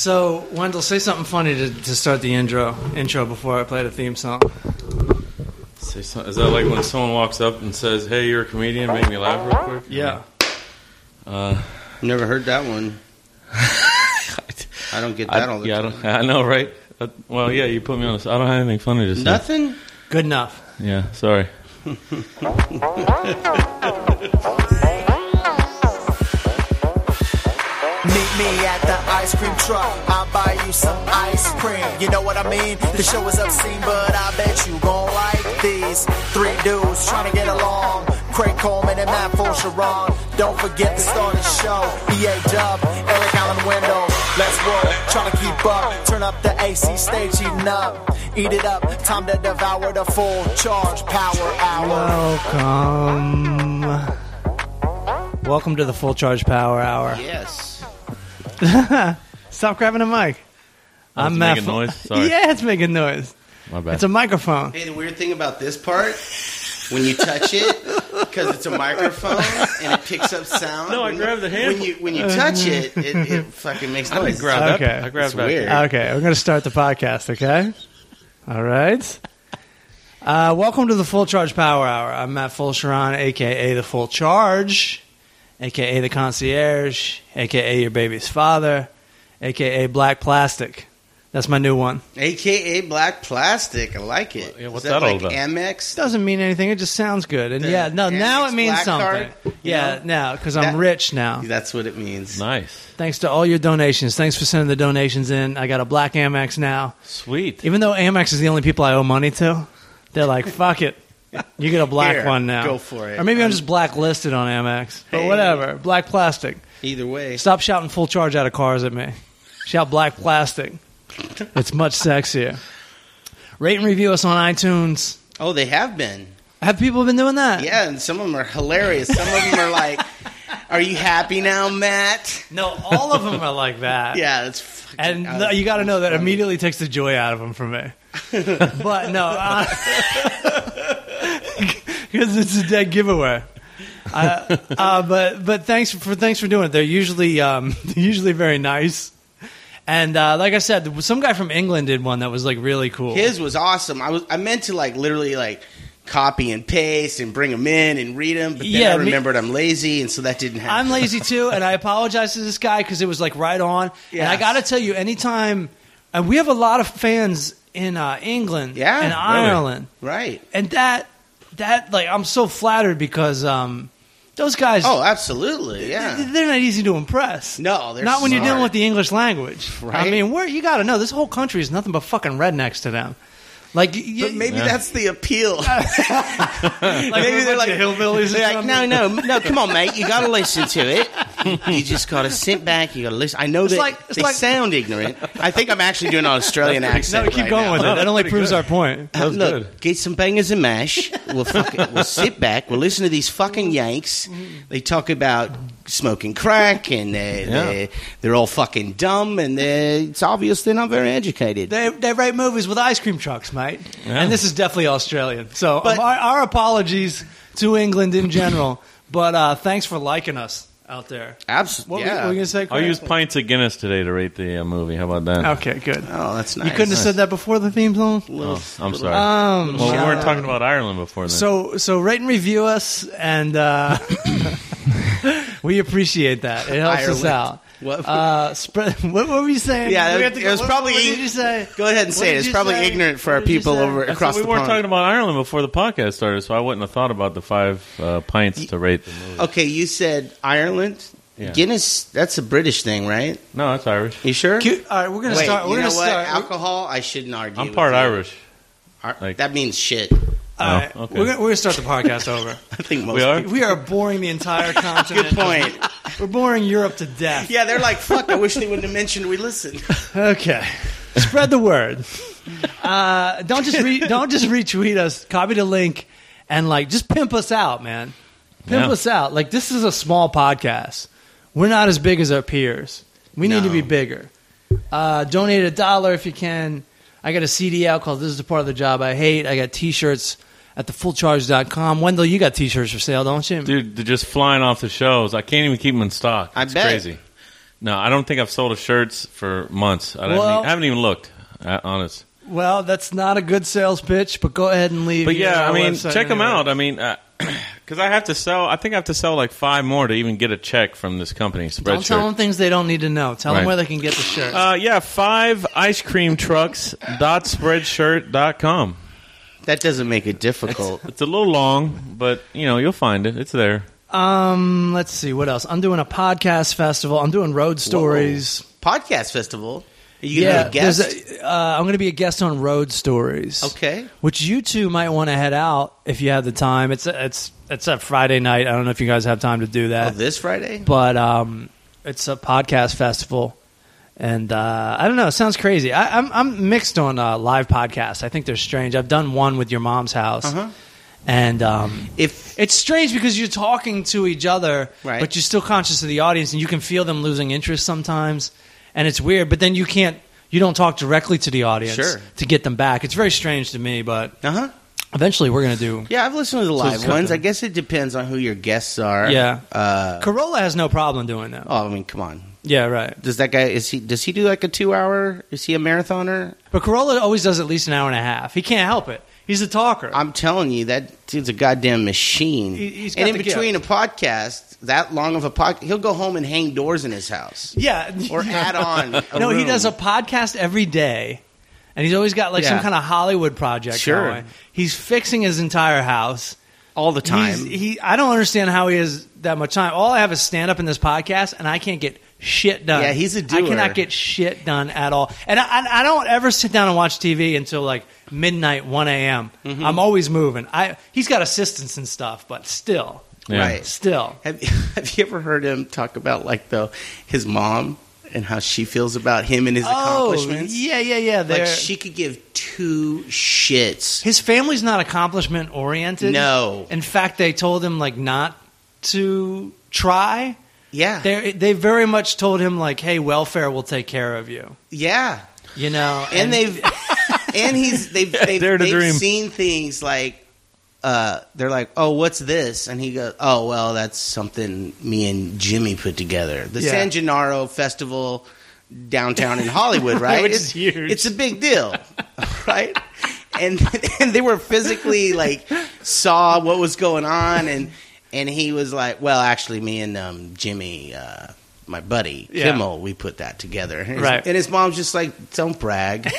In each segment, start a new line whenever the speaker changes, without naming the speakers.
So, Wendell, say something funny to, to start the intro intro before I play the theme song.
Say some- Is that like when someone walks up and says, "Hey, you're a comedian," make me laugh real quick?
Yeah.
Uh,
Never heard that one. I don't get that
I,
all the
yeah, I,
time.
don't, I know, right? Uh, well, yeah, you put me on. This. I don't have anything funny to say.
Nothing.
Good enough.
Yeah, sorry.
Meet me at the ice cream truck. I'll buy you some ice cream. You know what I mean? The show is obscene, but I bet you gon' like these three dudes trying to get along. Craig Coleman and Matt Sharon. Don't forget to start the show. EA Dub, Eric Allen Wendell. Let's roll. Trying to keep up. Turn up the AC stage, eating up. Eat it up. Time to devour the full charge power hour.
Welcome. Welcome to the Full Charge Power Hour.
Yes.
Stop grabbing the mic.
Oh, is it making
Fo-
noise? Sorry.
Yeah, it's making noise.
My bad.
It's a microphone.
Hey, the weird thing about this part, when you touch it, because it's a microphone and it picks up sound.
No, I
when-
grabbed the handle. Oh,
When you when you touch it, it, it fucking makes
I
noise.
grabbed that.
Okay.
I grabbed Uh,
It's
that.
weird.
Okay, we're going to start the podcast, okay? All right. Uh, welcome to the Full Charge Power Hour. I'm Matt Fulcheron, a.k.a. The Full Charge, a.k.a. The Concierge, a.k.a. Your Baby's Father, a.k.a. Black Plastic. That's my new one.
Uh, AKA black plastic. I like it.
Yeah, what's
Is that,
that all
like
about?
Amex?
Doesn't mean anything. It just sounds good. And
The
yeah, no, now it
Amex
means
Black
something.
Card, you
yeah,
know?
now, because I'm
That-
rich now.
That's what it means.
Nice,
Thanks to all your donations. Thanks for sending the donations in. I got a black Amex now.
sweet.
Even though Amex is the only people I owe money to, they're like, fuck it. You get a black
Here,
one now.
go for it.
Or maybe I'm just blacklisted on Amex. But
Hey.
whatever. Black plastic.
Either way,
Stop shouting full charge out of cars at me. Shout black plastic. It's much sexier. Rate and review us on iTunes.
oh, they have been.
Have people been doing that?
Yeah, and some of them are hilarious. Some of them are like, "Are you happy now, Matt?"
No, all of them are like that.
Yeah, that's. Fucking,
And
uh,
no, you got to know that
funny.
immediately takes the joy out of them for me. but no, because it's a dead giveaway. Uh, uh, but but thanks for thanks for doing it. They're usually um, they're usually very nice. And uh, like I said, some guy from England did one that was like really cool.
His was awesome. I was I meant to like literally like copy and paste and bring them in and read them, but then
Yeah,
I
me-
remembered I'm lazy, and so that didn't happen.
I'm lazy too, and I apologize to this guy because it was like right on. And I
Yes.
got to tell you, anytime, and we have a lot of fans in uh, England
Yeah,
and
really.
Ireland.
right?
and that that like I'm so flattered because um those guys
Oh, absolutely.
th-
Yeah.
they're not easy to impress.
No, they're
not when you're dealing
smart.
with the English language. I
Right.
mean, where you got to know this whole country is nothing but fucking rednecks to them. Like, you,
But maybe
Yeah.
that's the appeal.
like
maybe they're like
hillbillies.
They're like, no, no, no. Come on, mate. You got to listen to it. You just got to sit back. You got to listen. I know that
like- it's
they
like-
sound ignorant. I think I'm actually doing an Australian accent.
no, keep
right
going
now.
with it. That only proves our point.
Uh,
was
Look,
good.
get some bangers and mash. We'll fucking, we'll sit back. We'll listen to these fucking Yanks. They talk about smoking crack and they're,
Yeah.
they're, they're all fucking dumb and they're, it's obvious they're not very educated.
They, they write movies with ice cream trucks, mate.
Yeah.
And this is definitely Australian. So um,
But-
our, our apologies to England in general. but uh, thanks for liking us out there. What
Absolutely.
were- were you going to say?
I
Craig?
used pints of Guinness today to rate the uh, movie. How about that?
Okay, good.
oh, that's nice.
You couldn't have said that before the theme song.
Oh, I'm sorry.
Um,
well, we
shout
weren't
out.
talking about Ireland before then.
So so rate and review us, and uh, we appreciate that. It helps us
Ireland.
out.
What-
Uh, spread, what, what were you saying?
Yeah,
We
that-
have to
it
go-
was
what-
probably-
What did you say?
Go ahead and
What
say
did
it. It's
you
probably
say?
ignorant for
What
our
did you
people
say?
over
I said
across
we
the
weren't
pond.
talking about Ireland before the podcast started, so I wouldn't have thought about the five uh, pints to rate the movie.
Oh, okay, you said Ireland.
Yeah.
Guinness, that's a British thing, right?
No, that's Irish.
You sure?
Cute. All right, we're gonna
Wait,
start. We're
you know
gonna
what?
start.
Alcohol, I shouldn't argue.
I'm
with
part
you.
Irish.
Ar-
Like-
that means shit.
all right,
Oh, okay.
we're, gonna, we're gonna start the podcast over.
I think most
We are.
We are boring the entire continent.
Good point.
We're boring Europe to death.
Yeah, they're like, fuck, I wish they wouldn't have mentioned we listened.
Okay. Spread the word. Uh, don't just re- don't just retweet us. Copy the link and like just pimp us out, man. Pimp
Yeah.
us out. Like this is a small podcast. We're not as big as our peers. We need to
No.
be bigger. Uh, donate a dollar if you can. I got a CD out called "This Is the Part of the Job I Hate." I got T-shirts at thefullcharge.com. Wendell, you got T-shirts for sale, don't you?
Dude, they're just flying off the shelves. I can't even keep them in stock.
I
It's
bet.
crazy. No, I don't think I've sold a shirts for months. I,
Well-
haven't, e- I haven't even looked. Uh, honest.
Well, that's not a good sales pitch, but go ahead and leave.
But
your,
yeah,
uh,
I mean,
website
check them
anyway.
out. I mean, because I have to sell. I think I have to sell like five more to even get a check from this company. Spreadshirt.
Don't tell them things they don't need to know. Tell them
Right.
where they can get the shirt.
Uh, yeah, five ice cream trucks dot spreadshirt dot com.
That doesn't make it difficult.
It's a little long, but you know you'll find it. It's there.
um, let's see what else. I'm doing a podcast festival. I'm doing road stories.
Podcast festival. Are you gonna be a
there's
guest?
a- uh, I'm going to be a guest on Road Stories.
Okay.
which you two might want to head out if you have the time. It's it's it's a Friday night. I don't know if you guys have time to do
Oh,
that,
this Friday?
but um, it's a podcast festival, and uh, I don't know. It sounds crazy. I, I'm I'm mixed on uh, live podcasts. I think they're strange. I've done one with your mom's house,
Uh-huh.
and um,
If
it's strange because you're talking to each other,
Right.
but you're still conscious of the audience, and you can feel them losing interest sometimes, and it's weird. But then you can't, you don't talk directly to the audience
Sure.
to get them back. It's very strange to me, but
uh huh.
eventually we're gonna do.
Yeah, I've listened to the live
it's
ones.
something.
I guess it depends on who your guests are.
Yeah.
Uh,
Corolla has no problem doing that.
oh, I mean, come on.
Yeah, right.
Does that guy is he? Does he do like a two hour? Is he a marathoner?
But Corolla always does at least an hour and a half. He can't help it. He's a talker.
I'm telling you, that dude's a goddamn machine.
He- he's got
and in
the
between a podcast, that long of a podcast, he'll go home and hang doors in his house
yeah.
or add on. a
no, he
room.
does a podcast every day, and he's always got like some
Yeah.
kind of Hollywood project
Sure.
going. He's fixing his entire house.
all the time.
He's, he, I don't understand how he has that much time. All I have is stand up in this podcast, and I can't get shit done.
Yeah, he's a
I
doer.
cannot get shit done at all, and I, I, I don't ever sit down and watch TV until like midnight, one a.m.
Mm-hmm.
I'm always moving. I he's got assistants and stuff, but still,
Yeah.
Right.
still,
Have, have you ever heard him talk about like though his mom and how she feels about him and his
Oh,
accomplishments?
yeah, yeah, yeah.
Like
They're,
she could give two shits.
his family's not accomplishment oriented.
No.
in fact, they told him like not to try.
Yeah,
They they very much told him like, hey, welfare will take care of you.
yeah,
You know,
and, they've and he's they've they've,
Dare to
they've
dream.
seen things like uh, they're like, oh, what's this? And he goes, oh, well, that's something me and Jimmy put together. The
Yeah.
San Gennaro Festival downtown in Hollywood, right?
Which
it's
is huge.
It's a big deal, right? And and they were physically like saw what was going on, and and he was like, well, actually, me and um, Jimmy. Uh, my buddy
Yeah.
Kimmel, Oh, we put that together, And his-
Right.
And his mom's just like, "Don't brag."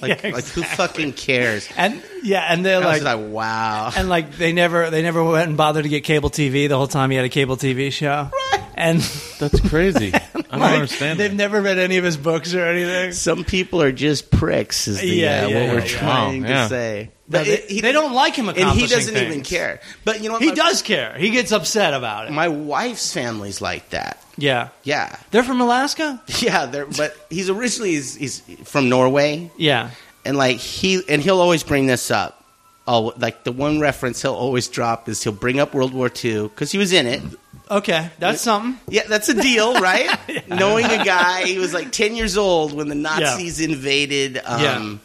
Like,
Yeah,
like who fucking cares?
and yeah, and they're
I
like,
was like, wow.
and like they never they never went and bothered to get cable TV the whole time he had a cable TV show. And
That's crazy. I don't
like,
understand.
They've
that.
never read any of his books or anything.
Some people are just pricks, is the,
Yeah,
uh,
yeah,
what
yeah,
we're
yeah.
trying
Wow,
to
yeah.
say.
No,
But
they,
it- he-
they don't like him,
and he
accomplishing
doesn't even
things.
care. But you know, what?
He
my,
does care. He gets upset about it.
My wife's family's like that.
yeah,
Yeah,
they're from Alaska.
yeah. They're, but he's originally he's, he's from Norway,
Yeah,
and like he and he'll always bring this up. Oh, like the one reference he'll always drop is he'll bring up World War II because he was in it.
okay, that's something.
Yeah, that's a deal, right? Knowing a guy, he was like 10 years old when the Nazis invaded um,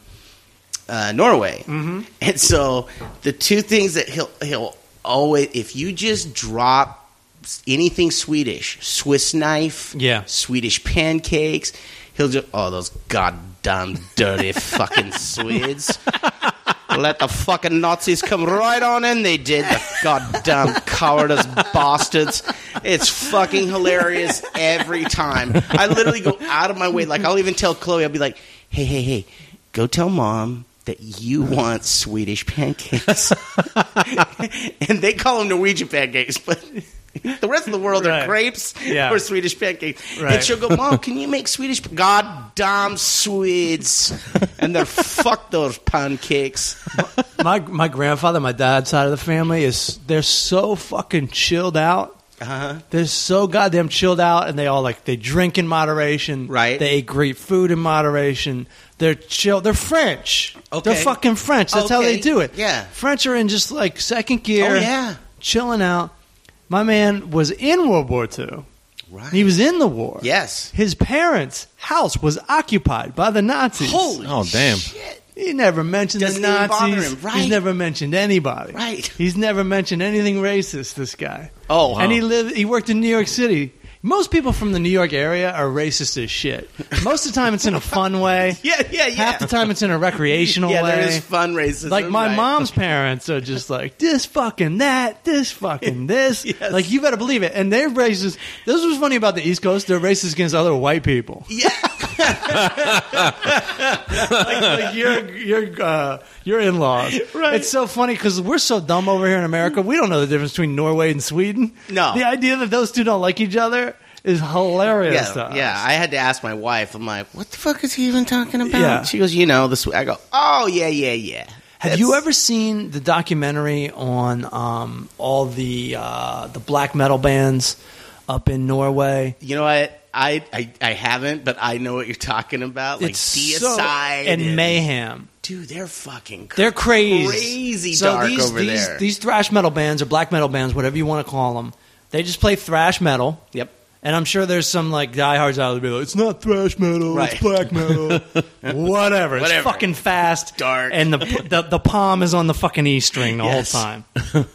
uh, Norway. Mm-hmm. And so the two things that he'll, he'll always, if you just drop s- anything Swedish, Swiss knife,
Yeah.
Swedish pancakes, he'll just, oh, those goddamn dirty fucking Swedes. Let the fucking Nazis come right on in. They did. The goddamn cowardice bastards. It's fucking hilarious every time. I literally go out of my way. Like, I'll even tell Chloe, I'll be like, hey, hey, hey, go tell mom that you want Swedish pancakes. and they call them Norwegian pancakes, but. The rest of the world
Right.
are crepes
Yeah.
or Swedish pancakes.
Right.
And she'll go, Mom, can you make Swedish? Goddamn Swedes. And they're fuck those pancakes.
my my grandfather, my dad's side of the family is they're so fucking chilled out.
Uh-huh.
They're so goddamn chilled out, and they all like they drink in moderation.
Right.
They eat great food in moderation. They're chill. They're French.
Okay.
They're fucking French. That's how they
Okay.
do it.
Yeah.
French are in just like second gear.
Oh, yeah.
Chilling out. My man was in World War II.
Right.
He was in the war.
yes.
His parents' house was occupied by the Nazis.
Holy
Oh damn!
shit.
He never mentioned
Doesn't
the
even bother
Nazis.
him, right.
He's never mentioned anybody.
Right.
He's never mentioned anything racist. This guy.
Oh, wow.
and he lived. He worked in New York City. Most people from the New York area are racist as shit. Most of the time, it's in a fun way.
Yeah, yeah, yeah.
Half the time, it's in a recreational
yeah,
way.
there is fun racism.
like my
right.
mom's parents are just like this fucking that, this fucking this.
Yes.
Like you better believe it. And they're racist. This was funny about the East Coast. They're racist against other white people.
Yeah.
like, like your your uh, your in laws.
Right.
It's so funny because we're so dumb over here in America. We don't know the difference between Norway and Sweden.
No.
The idea that those two don't like each other is hilarious. to
Yeah,
us.
yeah, I had to ask my wife. I'm like, "What the fuck is he even talking about?"
Yeah.
She goes, "You know this." I go, "Oh yeah, yeah, yeah."
Have
That's-
you ever seen the documentary on um, all the uh, the black metal bands up in Norway?
You know what? I, I I haven't, but I know what you're talking about. Like
it's
DSI
so and mayhem.
Dude, they're fucking. Cr-
They're crazy,
Crazy
so
dark
these,
over
these,
there.
These thrash metal bands or black metal bands, whatever you want to call them, they just play thrash metal.
yep.
And I'm sure there's some like diehards out there be like, it's not thrash metal,
Right.
it's black metal, whatever. It's
Whatever.
fucking fast,
Dark.
and the, the the palm is on the fucking E string the
Yes.
whole time.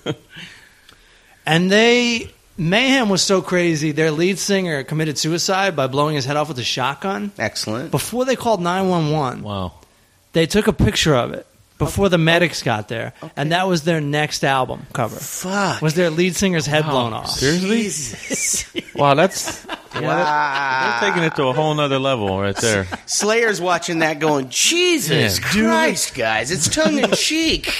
and they mayhem was so crazy. Their lead singer committed suicide by blowing his head off with a shotgun.
Excellent.
Before they called nine one one,
Wow.
they took a picture of it before the medics got there,
Okay.
and that was their next album cover.
Fuck.
Was their lead singer's head blown off?
Seriously?
Jesus.
Wow, that's
wow.
they're taking it to a whole nother level right there.
Slayer's watching that, going, "Jesus
Yeah.
Christ, guys, it's tongue in cheek."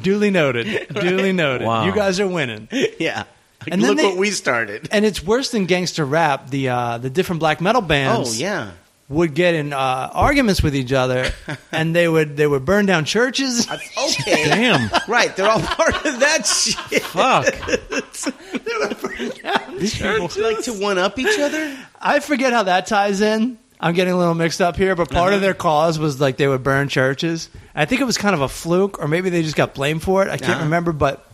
Duly noted. Duly noted.
Wow.
You guys are winning.
yeah. Like,
And then
look
they-
what we started.
And it's worse than gangster rap. The uh, the different black metal bands
Oh yeah.
would get in uh, arguments with each other, and they would they would burn down churches.
Okay.
Damn.
Right, they're all part of that shit.
Fuck.
These people-
Like to one up each other.
I forget how that ties in. I'm getting a little mixed up here, but
Uh-huh.
part of their cause was like they would burn churches. I think it was kind of a fluke, or maybe they just got blamed for it. I can't
Uh-huh.
remember, but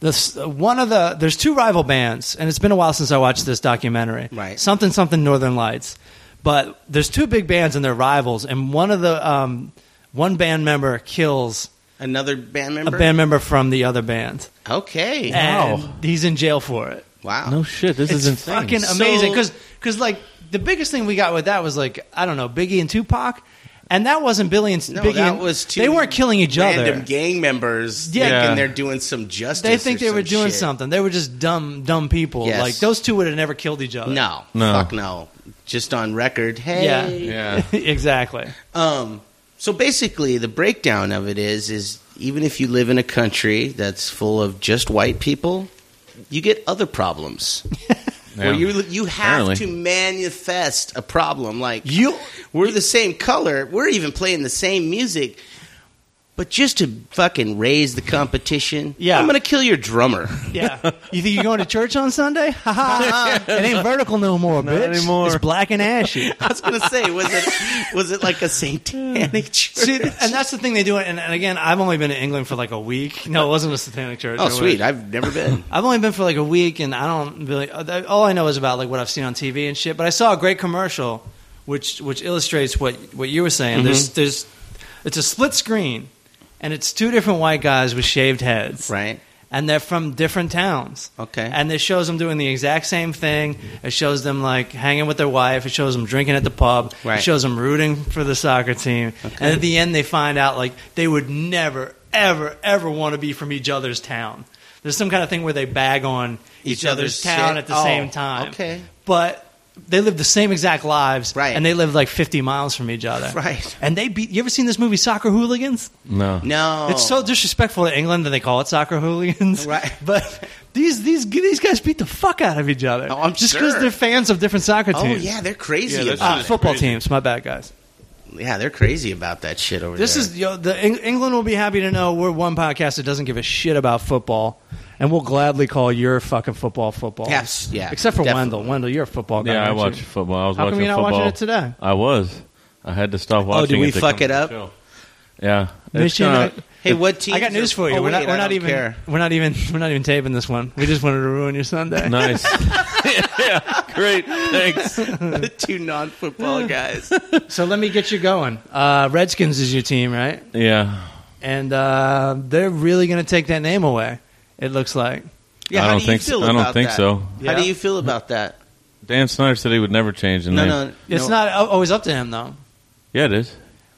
this one of the there's two rival bands, and it's been a while since I watched this documentary.
Right.
something something Northern Lights, but there's two big bands and they're rivals, and one of the um, one band member kills
Another band
a
member.
band member from the other band,
Okay.
and
Wow.
he's in jail for it
wow.
No shit. This is
it's
insane.
fucking
So-
amazing because like the biggest thing we got with that was like I don't know Biggie and Tupac, and that wasn't Billy and
No,
Biggie.
that
and-
was two
they weren't killing each
Random
other.
gang members.
Yeah.
Yeah.
Yeah.
Thinking they're doing some justice.
They think
or
they were
some
doing
shit.
something. They were just dumb, dumb people.
Yes.
Like those two would have never killed each other.
No,
No.
Uh, Fuck no. Just on record.
Yeah.
Hey.
Yeah.
exactly.
Um. So basically, the breakdown of it is is even if you live in a country that's full of just white people, you get other problems.
Yeah.
Where you you have
Apparently.
to manifest a problem. Like
You
We're the same color. We're even playing the same music. But just to fucking raise the competition,
Yeah.
I'm gonna kill your drummer.
yeah. You think you're going to church on Sunday? Ha ha! ha. It ain't vertical no more,
Not
bitch.
anymore.
It's black and ashy.
I was gonna say, was it was it like a satanic church?
See, and that's the thing they do. And, and again, I've only been to England for like a week. No, it wasn't a satanic church.
oh,
No way.
sweet! I've never been.
I've only been for like a week, and I don't really. uh, All I know is about like what I've seen on TV and shit. But I saw a great commercial, which which illustrates what what you were saying. There's there's it's a split screen, and it's two different white guys with shaved heads,
Right?
And they're from different towns.
Okay.
And it shows them doing the exact same thing. It shows them like hanging with their wife. It shows them drinking at the pub.
Right.
It shows them rooting for the soccer team. And at the end, they find out like they would never, ever, ever want to be from each other's town. There's some kind of thing where they bag on each,
Each
other's,
other's
town
shit?
at the
Oh,
same time.
okay.
But they live the same exact lives.
Right.
And they live like 50 miles from each other.
Right.
And they beat. You ever seen this movie, Soccer Hooligans?
No.
No,
It's so disrespectful to England that they call it soccer hooligans.
Oh. Right.
But these these these guys beat the fuck out of each other.
Oh, I'm
just
sure.
they're fans of different soccer
Oh
teams.
yeah, they're crazy.
Yeah, that's
Uh,
about
just-
it.
football
crazy.
teams. My bad, guys.
yeah, they're crazy about that shit over
This
there.
is yo, the Eng- England will be happy to know we're one podcast that doesn't give a shit about football, and we'll gladly call your fucking football football.
Yes, yeah,
Except for
definitely.
Wendell. Wendell, you're a football guy.
Yeah, I
aren't you?
watch football. I was
How come
watching
you're not
football.
watching it today?
I was. I had to stop watching.
did we
it to
fuck
come
it
to
up?
the show. Yeah. It's
Mission-
gonna-
Hey, what team?
I got news for you.
Oh,
we're
wait,
not.
I
We're not
don't
even.
care.
We're not even. We're not even taping this one. We just wanted to ruin your Sunday.
nice. yeah. Great. Thanks.
the two non-football guys.
So let me get you going. Uh, Redskins is your team, right?
Yeah.
and uh, they're really going to take that name away. It looks like
Yeah,
I
how
don't
do you
think so-
feel
I don't
about
think
that?
so.
How
Yeah.
do you feel about that?
Dan Snyder said he would never change the
No,
name.
no,
It's
no.
not al- always up to him though.
Yeah, it is.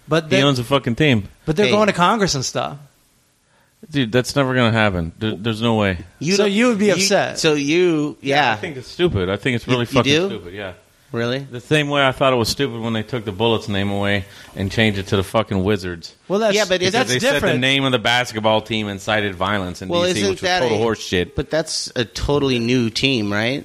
But
He
they,
owns a fucking team,
but they're
Hey.
going to Congress and stuff.
dude. That's never gonna happen. There, there's no way.
so
don't-
you would be upset.
So you, yeah,
I think it's stupid. I think it's really
you
fucking
do?
stupid. Yeah.
really.
The same way I thought it was stupid when they took the Bullets name away and changed it to the fucking Wizards.
Well, that's
Yeah, but
Because
is-
that's
they said the
different.
name of the basketball team incited violence in
Well,
DC,
isn't
which was
that
total
a-
horseshit.
But that's a totally new team, right?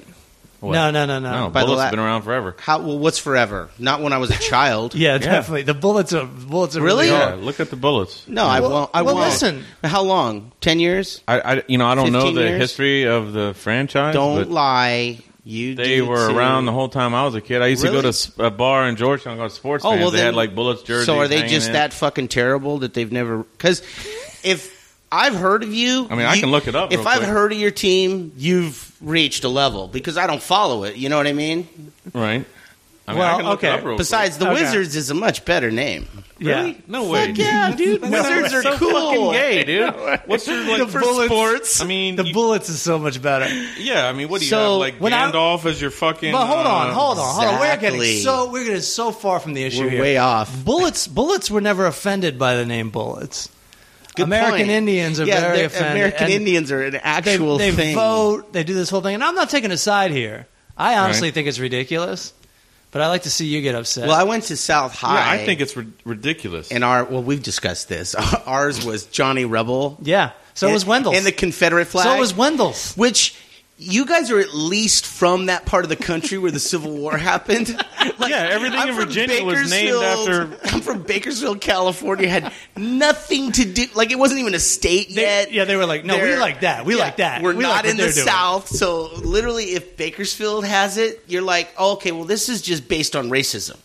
What?
No, no, no, no.
No,
By the
Bullets
la-
have been around forever.
How? Well, what's forever? Not when I was a child.
Yeah, definitely. The bullets are bullets are
Really?
really
Yeah.
Yeah, look at the Bullets.
No, I
Well-
won't. I
well,
won't.
listen.
How long? Ten years?
I, I, you know, I don't know
15
the
years?
history of the franchise.
Don't
but
lie. You.
They
do
were
too.
around the whole time I was a kid. I used to go
Really?
to s- a bar in Georgetown called Sports
Oh,
Fans.
well,
they
then-
had like Bullets jerseys.
So are they
hanging
just
in.
that fucking terrible that they've never? Because if I've heard of you,
I mean, I
you-
can look it up
If
real
I've
quick.
heard of your team, you've reached a level because I don't follow it. You know what I mean?
right? I mean,
Well,
I can look
okay.
It up real
Besides, the
Okay.
Wizards is a much better name.
Yeah.
quick. no way.
Fuck yeah, dude! Wizards are
so fucking
cool.
gay, dude. What's your like
The Bullets-
sports? I mean,
The
you-
bullets is so much better.
yeah. I mean, what do you
So,
have like
when I-
Gandalf as your fucking?
But hold on,
uh,
hold on, hold on. We're
Exactly.
getting so we're getting so far from the issue
We're
here.
way off.
Bullets bullets were never offended by the name bullets.
Good
American
point.
Indians are
yeah,
very
they're-
offended.
American
and
Indians are an
they,
actual
they
thing.
vote, they do this whole thing, and I'm not taking a side here. I honestly
Right.
think it's ridiculous, but I like to see you get upset.
Well, I went to South
Yeah,
High.
I think it's ri- ridiculous.
and our well, we've discussed this. Ours was Johnny Rebel.
yeah. So
and,
was Wendell's.
and the Confederate flag.
so was Wendell's.
which you guys are at least from that part of the country where the Civil War happened. Like,
Yeah, everything in
from
Virginia was named
Bakersfield- I'm from Bakersfield, California. Had nothing to do. Like it wasn't even a state
They-
yet.
yeah, they were like, no, we
They're-
like that. We
yeah,
like that.
We're
We like
not
what
in the
they're doing.
South, so literally, if Bakersfield has it, you're like, oh, okay, well, this is just based on racism.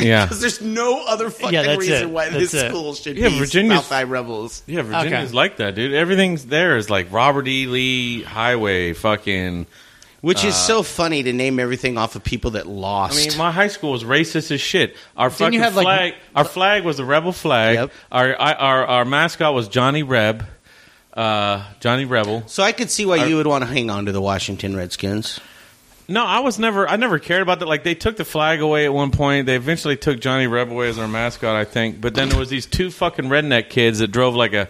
yeah,
Because there's no other fucking
Yeah, that's
reason
it.
why
That's
this
it.
school should
Yeah,
be
Virginia's-
South High Rebels.
yeah. Virginia's like that, dude. Everything's there is like Robert E. Lee Highway, fucking.
Which is so funny to name everything off of people that
I
lost.
mean, my high school was racist as shit. Our
you
fucking
have, like,
flag, our flag was the rebel flag.
Yep.
Our, I- our our mascot was Johnny Reb, uh, Johnny Rebel.
so I could see why you would want to hang on to the Washington Redskins.
No, I was never. I never cared about that. Like they took the flag away at one point. They eventually took Johnny Reb away as our mascot, I think. But then there was these two fucking redneck kids that drove like a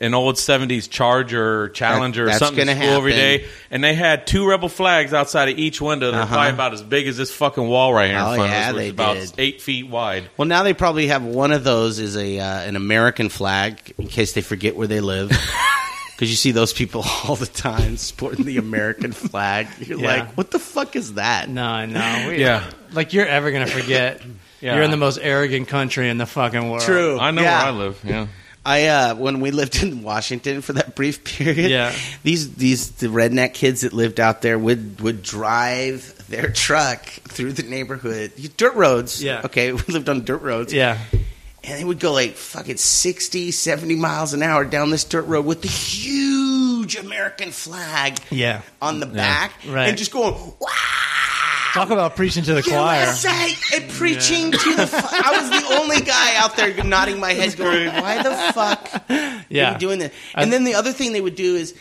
an old seventies Charger, or Challenger,
That-
or
that's
something to
gonna
school every
happen.
day, and they had two rebel flags outside of each window. They're
Uh-huh.
probably about as big as this fucking wall right here in
Oh,
front
yeah,
of us, which
they
is about
did.
eight feet wide.
Well, now they probably have one of those is a uh, an American flag in case they forget where they live. Because you see those people all the time sporting the American flag. You're
Yeah.
like, what the fuck is that?
No, no. We,
Yeah.
Like you're ever gonna forget.
Yeah.
You're in the most arrogant country in the fucking world.
True.
I know
Yeah.
where I live. Yeah.
I uh, when we lived in Washington for that brief period,
Yeah.
these these the redneck kids that lived out there would would drive their truck through the neighborhood, dirt roads.
Yeah.
okay, we lived on dirt roads.
Yeah.
and they would go like fucking 60, 70 miles an hour down this dirt road with the huge American flag
Yeah.
on the back,
Right.
and just going wow.
Talk about preaching to the choir.
USA and preaching to the. Fu- I was the only guy out there nodding my head, going, "Why the fuck
Yeah. Uh,
are you doing that?"
I-
And then the other thing they would do is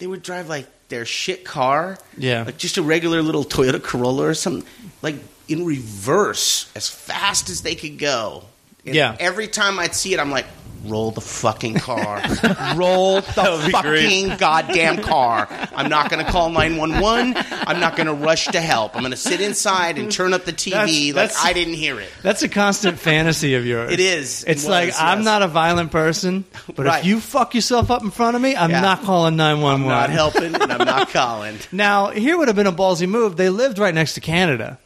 they would drive like their shit car,
Yeah.
like just a regular little Toyota Corolla or something, like in reverse as fast as they could go. And
Yeah.
Every time I'd see it, I'm like. Roll the fucking car.
Roll
the
be great.
fucking goddamn car. I'm not going to call 911. I'm not going to rush to help. I'm going to sit inside and turn up the TV
That's-
like
that's-
I didn't hear it.
That's a constant fantasy of yours.
It is. It
It's
was,
like I'm
yes.
not a violent person, but
Right.
if you fuck yourself up in front of me, I'm
Yeah.
not calling nine one
I'm not
one.
helping and I'm not calling.
Now here would have been a ballsy move. They lived right next to Canada.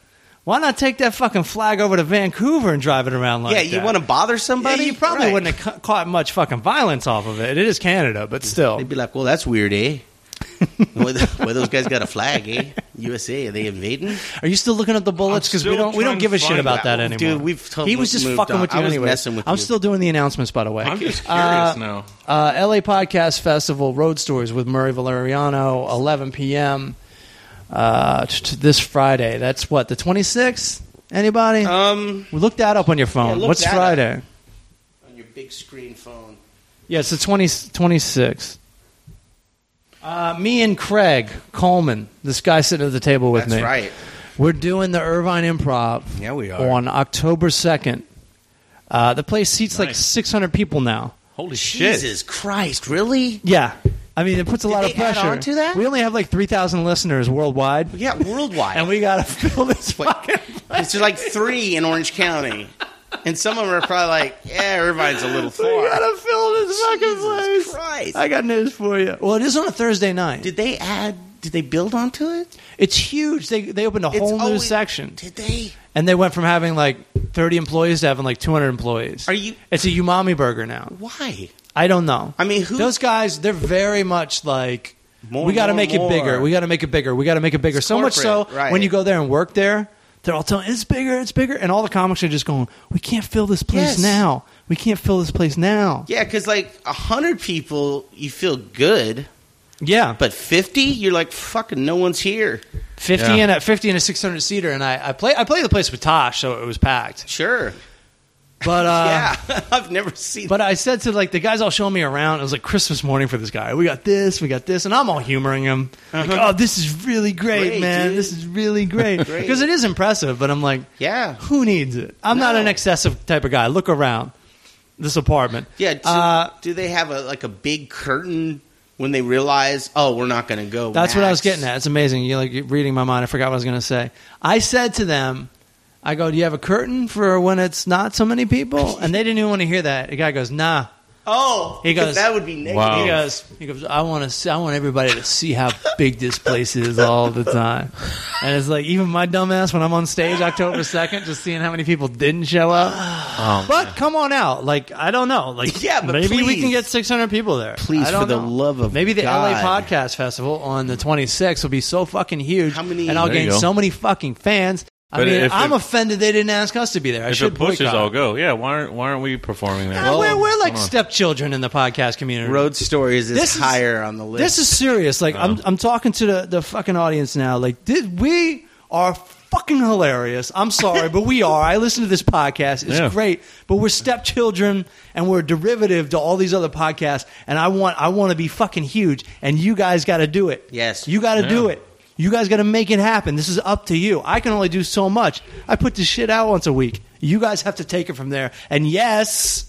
Why not take that fucking flag over to Vancouver and drive it around like
yeah,
that?
you want to bother
Yeah,
somebody?
you probably
Right.
wouldn't have ca- caught much fucking violence off of it. It is Canada, but still.
They'd be like, well, that's weird, eh? Boy, th- boy, those guys got a flag, eh? USA, are they invading?
Are you still looking at the bullets?
I'm
Because we
still
don't we don't
trying
give a
to
shit
find
about
out.
that anymore.
Dude, we've totally
he was just
moved
fucking
on.
with you
I was
anyway.
messing with
I'm
you.
still doing the announcements, by the way.
I'm just curious
Uh,
now.
Uh, LA Podcast Festival Road Stories with Murray Valeriano, 11 p.m. Uh, t- t- this Friday. That's what the 26th. Anybody?
Um,
we look that up on your phone.
Yeah, look
What's
that up.
Friday?
on your big screen phone.
Yeah, it's the 20, 26th. Uh, me and Craig Coleman, this guy sitting at the table with
That's
me.
right.
We're doing the Irvine Improv.
Yeah, we are.
On October 2nd. Uh, the place seats like
Nice.
600 people now.
Holy shit!
Jesus Christ, really?
Yeah. I mean, it puts a lot
they
of
add
pressure.
on to that?
We only have like 3,000 listeners worldwide.
Yeah, worldwide.
And we got to fill this
Wait.
fucking
It's just like three in Orange County. And some of them are probably like, yeah, Irvine's a little
We
far.
gotta fill this fucking place.
Jesus Christ.
I got news for you. Well, it is on a Thursday night.
Did they add, did they build onto it?
It's huge. They they opened a
It's
whole new
always-
section,
Did they?
and they went from having like thirty employees to having like two hundred employees.
Are you-
It's a umami burger now.
Why?
I don't know.
I mean, who-
Those guys, they're very much like.
More,
we got to
more,
make
more."
it bigger. We got to make it bigger. We got to make it bigger.
It's
so much so,
corporate, right.
when you go there and work there, they're all telling it's bigger, it's bigger, and all the comics are just going, "We can't fill this place
Yes.
now. We can't fill this place now."
Yeah, because like a 100 people, you feel good.
Yeah,
But 50, you're like, fucking no one's here.
50
Yeah.
and a 50 and a 600 seater and I, I play I play the place with Tosh so it was packed
Sure.
but uh
yeah. I've never seen
but I said to like the guys all showing me around it was like Christmas morning for this guy we got this we got this and I'm all humoring him like oh this is really great,
Uh-huh. Great,
man
dude.
this is really great
Great.
because it is impressive but I'm like
Yeah.
who needs it I'm not
No.
an excessive type of guy look around this apartment
Yeah. So
uh,
do they have a like a big curtain when they realize, oh, we're not going to go?
That's what I was
next?
getting at. It's amazing. You're like you're reading my mind. I forgot what I was going to say. I said to them, I go, Do you have a curtain for when it's not so many people? And they didn't even want to hear that. The guy goes, Nah.
Oh,
He
because
goes-
that would be negative.
Wow.
He goes, he goes, I want to see, I want everybody to see how big this place is all the time. And it's like even my dumbass when I'm on stage October 2nd just seeing how many people didn't show up. but come on out. Like I don't know. Like
Oh, Yeah, but
maybe we
please.
can get 600 people there.
Please,
I don't
for the
know.
love of
Maybe the LA
God.
Podcast Festival on the 26th will be so fucking huge
How many-
and I'll
There you
gain
go.
so many fucking fans. I
But
mean,
if
I'm
it-
offended they didn't ask us to be there. I
If
should
it pushes,
boycott.
I'll go. Yeah, why aren't why aren't we performing there?
Yeah, we're, we're like
Come on.
stepchildren in the podcast community.
Road Stories is,
This is-
higher on the list.
This is serious. Like I'm, I'm talking to the, the fucking audience now. Like did, we are fucking hilarious. I'm sorry, but we are. I listen to this podcast. It's
Yeah.
great, but we're stepchildren and we're derivative to all these other podcasts. And I want I want to be fucking huge. And you guys got to do it.
Yes.
you got to do
Yeah.
it. You guys got to make it happen. This is up to you. I can only do so much. I put this shit out once a week. You guys have to take it from there. And yes,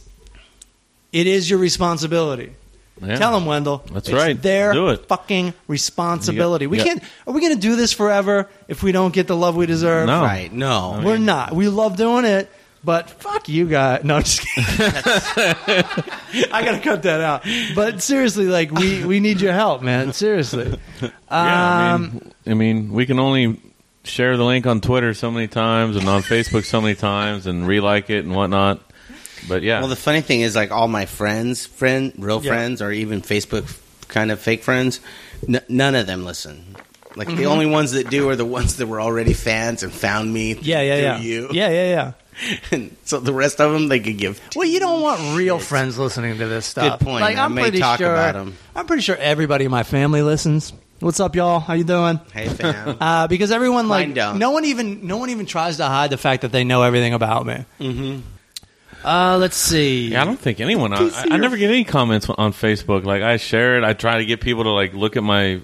it is your responsibility.
Yeah.
Tell them, Wendell.
That's
It's
right.
Their
Do it.
fucking responsibility.
You got-
we
you got-
can't. Are we going to do this forever if we don't get the love we deserve?
No.
right. No,
we're not. We love doing it, but fuck you guys. No, I'm just kidding. I got to cut that out. But seriously, like we we need your help, man. Seriously.
Yeah, I,
Um,
mean, I mean, we can only share the link on Twitter so many times and on Facebook so many times and relike it and whatnot. But yeah,
Well, the funny thing is, like all my friends, friend, real
Yeah.
friends, or even Facebook kind of fake friends, n- none of them listen. Like
Mm-hmm.
the only ones that do are the ones that were already fans and found me.
yeah, yeah,
through
yeah.
You.
Yeah, yeah, yeah.
And so the rest of them, they could give.
Well, you don't want real friends listening to this stuff.
Good point.
Like,
I
I'm
may
pretty
talk
sure,
about 'em.
I'm pretty sure everybody in my family listens. What's up, y'all? How you doing?
Hey, fam.
Uh, because everyone
Mine
like
don't.
no one even no one even tries to hide the fact that they know everything about me. Mm-hmm. Uh, let's see.
yeah, I don't think anyone. I, I, I never get any comments on Facebook. Like I share it. I try to get people to like look at my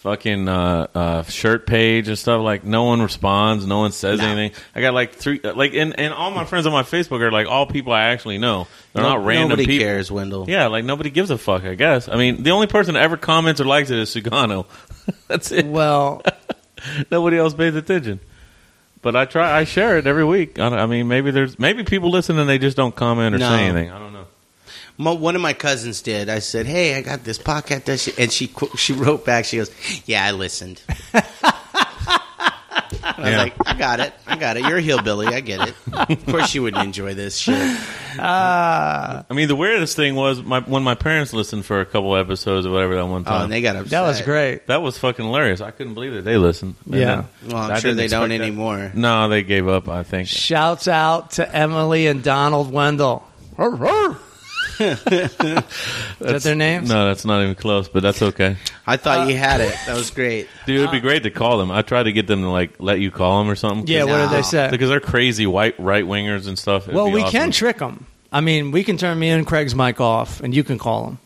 fucking uh, uh, shirt page and stuff. Like no one responds. No one says anything. I got like three. Like and and all my friends on my Facebook are like all people I actually know. They're
No-
not random
Nobody
people.
cares, Wendell.
Yeah, like nobody gives a fuck, I guess. I mean, the only person that ever comments or likes it is Sugano. That's it.
Well,
Mm.
Nobody else pays attention. But I try. I share it every week. I, don't- I mean, maybe there's maybe people listen and they just don't comment or
No.
say anything. I don't know.
Mo- one of my cousins did. I said, "Hey, I got this podcast," that she- and she qu- she wrote back. She goes, "Yeah, I listened." I was
Yeah.
like, "I got it, I got it. You're a hillbilly. I get it. Of course, you wouldn't enjoy this shit."
uh,
I mean, the weirdest thing was my, when my parents listened for a couple episodes or whatever that one
Oh,
time.
and they got upset.
that was great.
that was fucking hilarious. I couldn't believe that they listened. And
Yeah.
then-
Well, I'm
I
sure
didn't
they don't
expect that.
anymore.
No, they gave up. I think.
Shouts out to Emily and Donald Wendell. Is that their names?
No, that's not even close. But that's okay.
I thought you had it. That was great.
Dude, it'd
Uh,
be great to call them. I tried to get them to like let you call them or something.
Yeah, what did
No.
they say?
because they're crazy white right wingers and stuff. It'd
well,
be
we
awesome.
can trick them. I mean, we can turn me and Craig's mic off, and you can call them.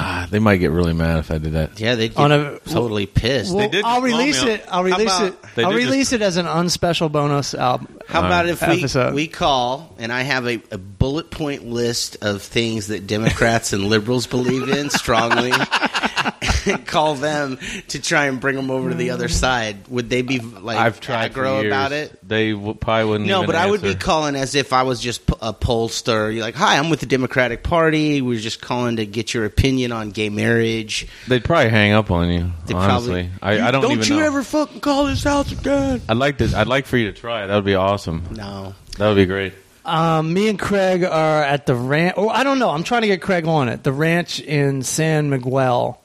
Ah, they might get really mad if I did that.
Yeah, they
On
get
a-
totally pissed.
Well,
did
I'll
just blow me
release
up.
it. I'll release
about-
it.
They
I'll
did just-
release it as an unspecial bonus album.
How about if we,
episode.
we call and I have a, a bullet point list of things that Democrats and liberals believe in strongly? and call them to try and bring them over to the other side. Would they be like
I've tried for
aggro
years.
about it?
They w- probably wouldn't.
No,
even
but I would be
answer.
calling as if I was just p- a pollster. You're like, "Hi, I'm with the Democratic Party. We're just calling to get your opinion on gay marriage."
They'd probably hang up on you.
They
honestly, I, I don't.
Don't
even
you
know.
ever fucking call this house again?
I'd like to. I'd like for you to try it. That would be awesome.
No.
That would be great.
Um, me and Craig are at the ranch. Oh, I don't know. I'm trying to get Craig on it. The ranch in San Miguel.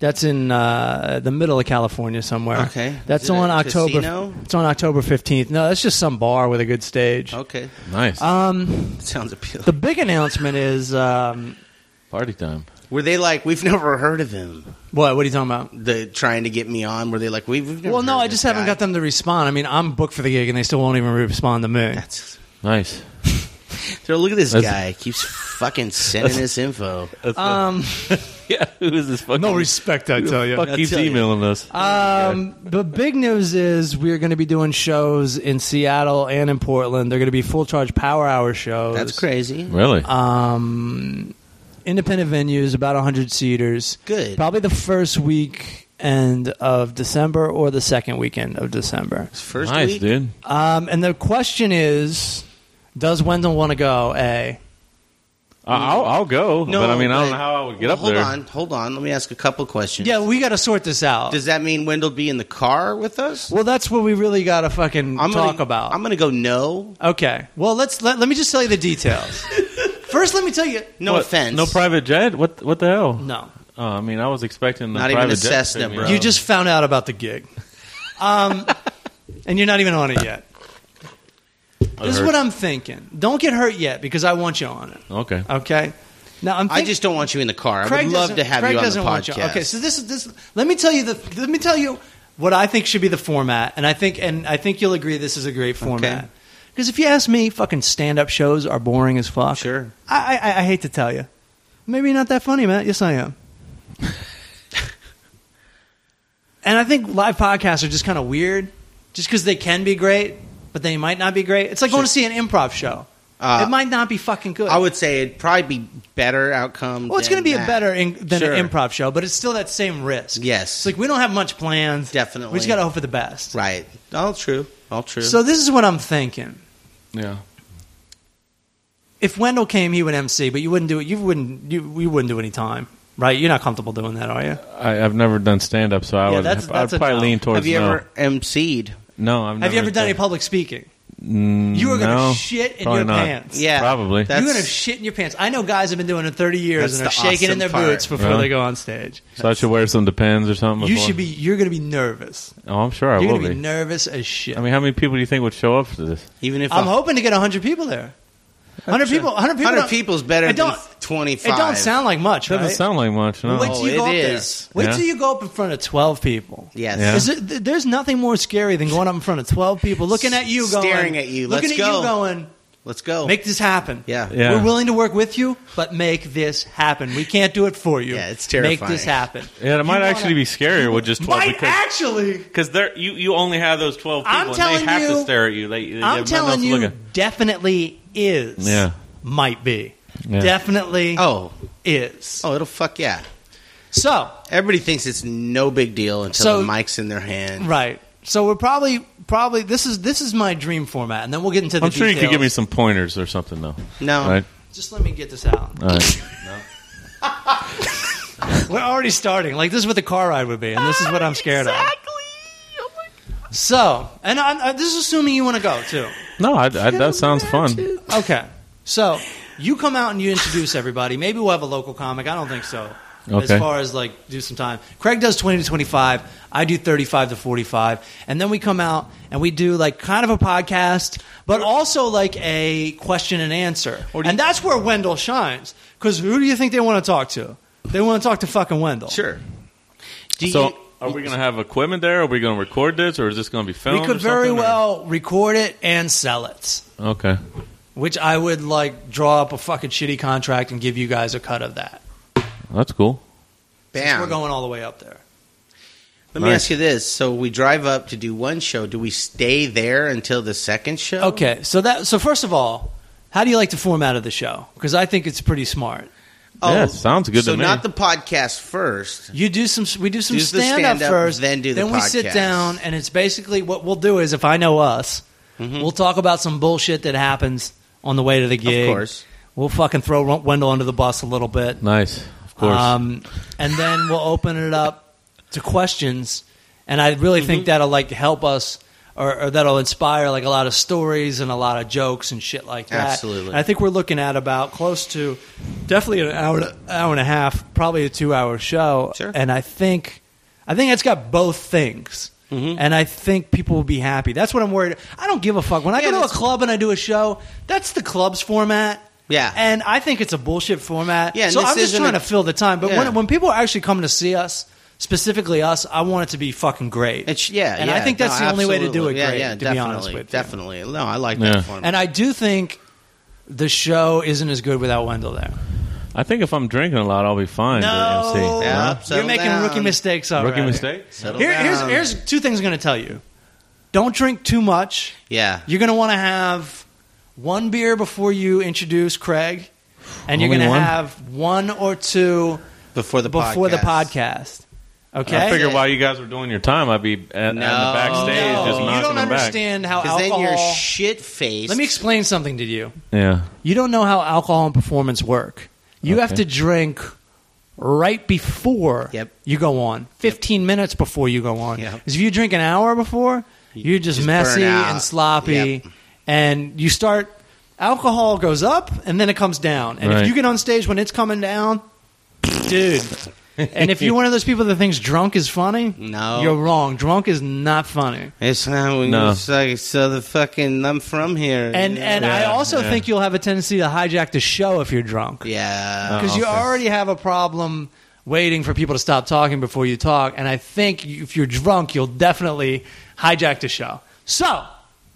That's in uh, the middle of California somewhere.
Okay.
That's
Is it a
on October.
casino?
It's on October 15th. No, that's just some bar with a good stage. Um,
Okay.
Nice
Uh,
Sounds appealing.
The big announcement is um,
party time.
Were they like, we've never heard of him?
what? What are you talking about?
The trying to get me on. Were they like, we've, we've never
Well, no,
heard
I
of
just
this
haven't
guy."
got them to respond. I mean, I'm booked for the gig, and they still won't even respond to me.
That's,
Nice.
so look at this
That's-
guy. Keeps fucking sending us info.
Um,
yeah. Who is this fucking?
no respect, I tell you.
Fuck keeps
tell you.
emailing us.
Um, the big news is we're going to be doing shows in Seattle and in Portland. They're going to be full charge power hour shows.
That's crazy.
really?
uh, Um, independent venues, about 100 seaters.
Good.
Probably the first week end of December or the second weekend of December.
First
nice,
week.
dude.
Um, and the question is does Wendell want to go? A.
I- I'll, I'll go.
No,
but I mean, I don't know
but-
how I would get
well,
up there.
Hold on, hold on. Let me ask a couple questions.
Yeah, we got to sort this out.
Does that mean Wendell be in the car with us?
well, that's what we really got to fucking
gonna-
talk about.
I'm going to go no.
okay. Well, let's let, let me just tell you the details. First, let me tell you.
No
What?
offense.
No private jet. What? What the hell?
No.
Oh, I mean, I was expecting the
Not even
private
a
jet to pick
Cessna,
me
bro.
up.
You just found out about the gig. Um, and you're not even on it yet. This is
hurt.
what I'm thinking. Don't get hurt yet because I want you on it.
okay.
Okay. Now I'm.
I
Think-
just don't want you in the car. I
Craig
would love
doesn't-
to have
Craig
you on the
doesn't want you.
podcast.
Okay. So this is this. Let me tell you the. Let me tell you what I think should be the format, and I think and I think you'll agree this is a great format.
Okay.
Because if you ask me, fucking stand-up shows are boring as fuck.
Sure.
I, I I hate to tell you. Maybe you're not that funny, Matt. Yes, I am. And I think live podcasts are just kind of weird, just because they can be great, but they might not be great. It's like going to see an improv show.
Uh,
it might not be fucking good.
I would say it'd probably be better outcome.
well, it's
than
going to be a
that.
better in, than
Sure.
an improv show, but it's still that same risk.
Yes.
it's like we don't have much plans.
Definitely.
we just got to hope for the best.
Right. All true. All true.
So this is what I'm thinking.
Yeah.
If Wendell came, he would MC, but you wouldn't do it. You wouldn't. You, you wouldn't do any time, right? You're not comfortable doing that, are you?
I, I've never done stand up, so I
Yeah,
would.
that's- that's a
I'd probably
no.
lean towards
have you
no.
ever MC'd?
no, I've never
Have you ever done any
done-
public speaking?
Mm,
You are going to
no,
shit in
probably
your
not.
pants.
Yeah.
Probably.
That's-
You're gonna shit in your pants. I know guys have been doing it 30 years
That's
and are
the
shaking in
awesome
their
part.
boots before
Really?
they go on stage.
so I should wear some Depends or something.
You
before?
should be. You're gonna be nervous.
Oh, I'm sure I
you're
will
gonna
be.
be. nervous as shit.
I mean, how many people do you think would show up for this?
Even if
I'm
a-
hoping to get 100 people there. 100 people. 100 people.
100
don't-
people's better
It
than
don't. It
25.
don't sound like much,
Doesn't
right?
sound like much. No.
Wait till
Oh,
you go
it
up
is.
there. Wait
Yeah.
till you go up in front of 12 people.
Yes.
Yeah.
Is it, th- there's nothing more scary than going up in front of 12 people, looking at you, going,
Staring at you.
looking
Let's
at
go.
you, going,
Let's go.
make this happen.
yeah.
Yeah.
We're willing to work with you, but make this happen. We can't do it for you.
Yeah, it's
Make
terrifying.
this happen.
yeah, it might
You wanna-
actually be scarier with just 12
Might
because
actually.
cause they're, you, you only have those 12 people
I'm
and
telling
they have to
you-
stare at you. They, they
I'm
have nothing
telling
else
you,
looking.
definitely is.
Yeah.
Might be.
Yeah.
Definitely
Oh.
is.
Oh, it'll fuck yeah.
So,
Everybody thinks it's no big deal until
So-
the mic's in their hand.
right. So we're probably probably this is this is my dream format, and then we'll get into the
I'm sure you could give me
details.
some pointers or something, though.
No.
All right.
Just let me get this out.
All right.
We're already starting. Like this is what the car ride would be, and this is what I'm scared
Oh
of. So, and I, I, this is assuming you want to go too.
No, I, I, that sounds fun.
Okay. So you come out and you introduce everybody. Maybe we'll have a local comic. I don't think so.
Okay.
As far as like do some time. Craig does twenty to twenty five. I do thirty five to forty five. And then we come out and we do like kind of a podcast, but also like a question and answer. And that's where Wendell shines. Because who do you think they want to talk to? They want to talk to fucking Wendell.
Sure. Do
So,
you,
are we going to have equipment there? Are we going to record this, or is this going to be filmed?
We could
or
very
something, or-
well record it and sell it.
Okay.
Which I would like draw up a fucking shitty contract and give you guys a cut of that.
That's cool.
Since
Bam.
We're going all the way up there.
Let me
Nice.
ask you this: So we drive up to do one show. Do we stay there until the second show?
Okay, so that so first of all, how do you like the format of the show? Because I think it's pretty smart.
Oh,
Yeah, sounds good
So
to me.
not the podcast first.
You do some. We do some
Do the
stand, up
stand-up,
first,
then do the
Then we sit
podcast.
down, and it's basically what we'll do is if I know us, we'll talk about some bullshit that happens on the way to the gig.
Mm-hmm. Of course.
we'll fucking throw Wen- Wendell under the bus a little bit.
Nice, of course.
Um, and then we'll open it up to questions, and I really
Mm-hmm.
think that'll like help us. Or, or that'll inspire like a lot of stories and a lot of jokes and shit like that.
Absolutely.
And I think we're looking at about close to definitely an hour, hour and a half, probably a two-hour show.
Sure.
And I think, I think it's got both things.
Mm-hmm.
And I think people will be happy. That's what I'm worried. I don't give a fuck when I
Yeah,
go to a
that's-
club and I do a show. That's the club's format.
Yeah.
And I think it's a bullshit format.
Yeah, and
So
this
I'm just
isn't
trying
a-
to fill the time. But
Yeah.
when, when people actually come to see us, specifically us, I want it to be fucking great.
It's, yeah,
and I
yeah,
think that's
no,
the only way to do
absolutely.
it.
Yeah,
great,
yeah,
to
definitely,
be honest with you.
definitely. No, I like
Yeah.
that format.
And I do think the show isn't as good without Wendell there.
I think if I'm drinking a lot, I'll be fine.
No.
MC.
Yeah,
Huh?
You're
settle
making
down.
rookie mistakes already.
Rookie mistake.
Settle
Here, here's,
down.
here's two things I'm going to tell you. Don't drink too much.
yeah.
You're going to want to have one beer before you introduce Craig, and you're
Only
going to
one?
have one or two
Before the
before
podcast.
the podcast. Okay.
I figured while you guys were doing your time, I'd be at, in the
No.
backstage
Oh, No,
just knocking
you don't
them
understand how
Because
alcohol.
then you're shit faced.
Let me explain something to you.
back. Yeah.
You don't know how alcohol and performance work. You have
Okay.
to drink right before
Yep.
you go on. Fifteen minutes before you go on.
Yep.
'Cause if you drink an hour before, you're just,
just
messy
burn out.
and sloppy,
Yep.
and you start. Alcohol goes up and then it comes down. And
Right.
if you get on stage when it's coming down, dude. and if you're one of those people that thinks drunk is funny,
No.
you're wrong. Drunk is not funny.
It's not when
No.
it's like so the fucking I'm from here.
And
you know?
and I
Yeah,
also
yeah.
think you'll have a tendency to hijack the show if you're drunk.
yeah.
Because you
Uh, okay.
already have a problem waiting for people to stop talking before you talk. And I think you- if you're drunk, you'll definitely hijack the show. So,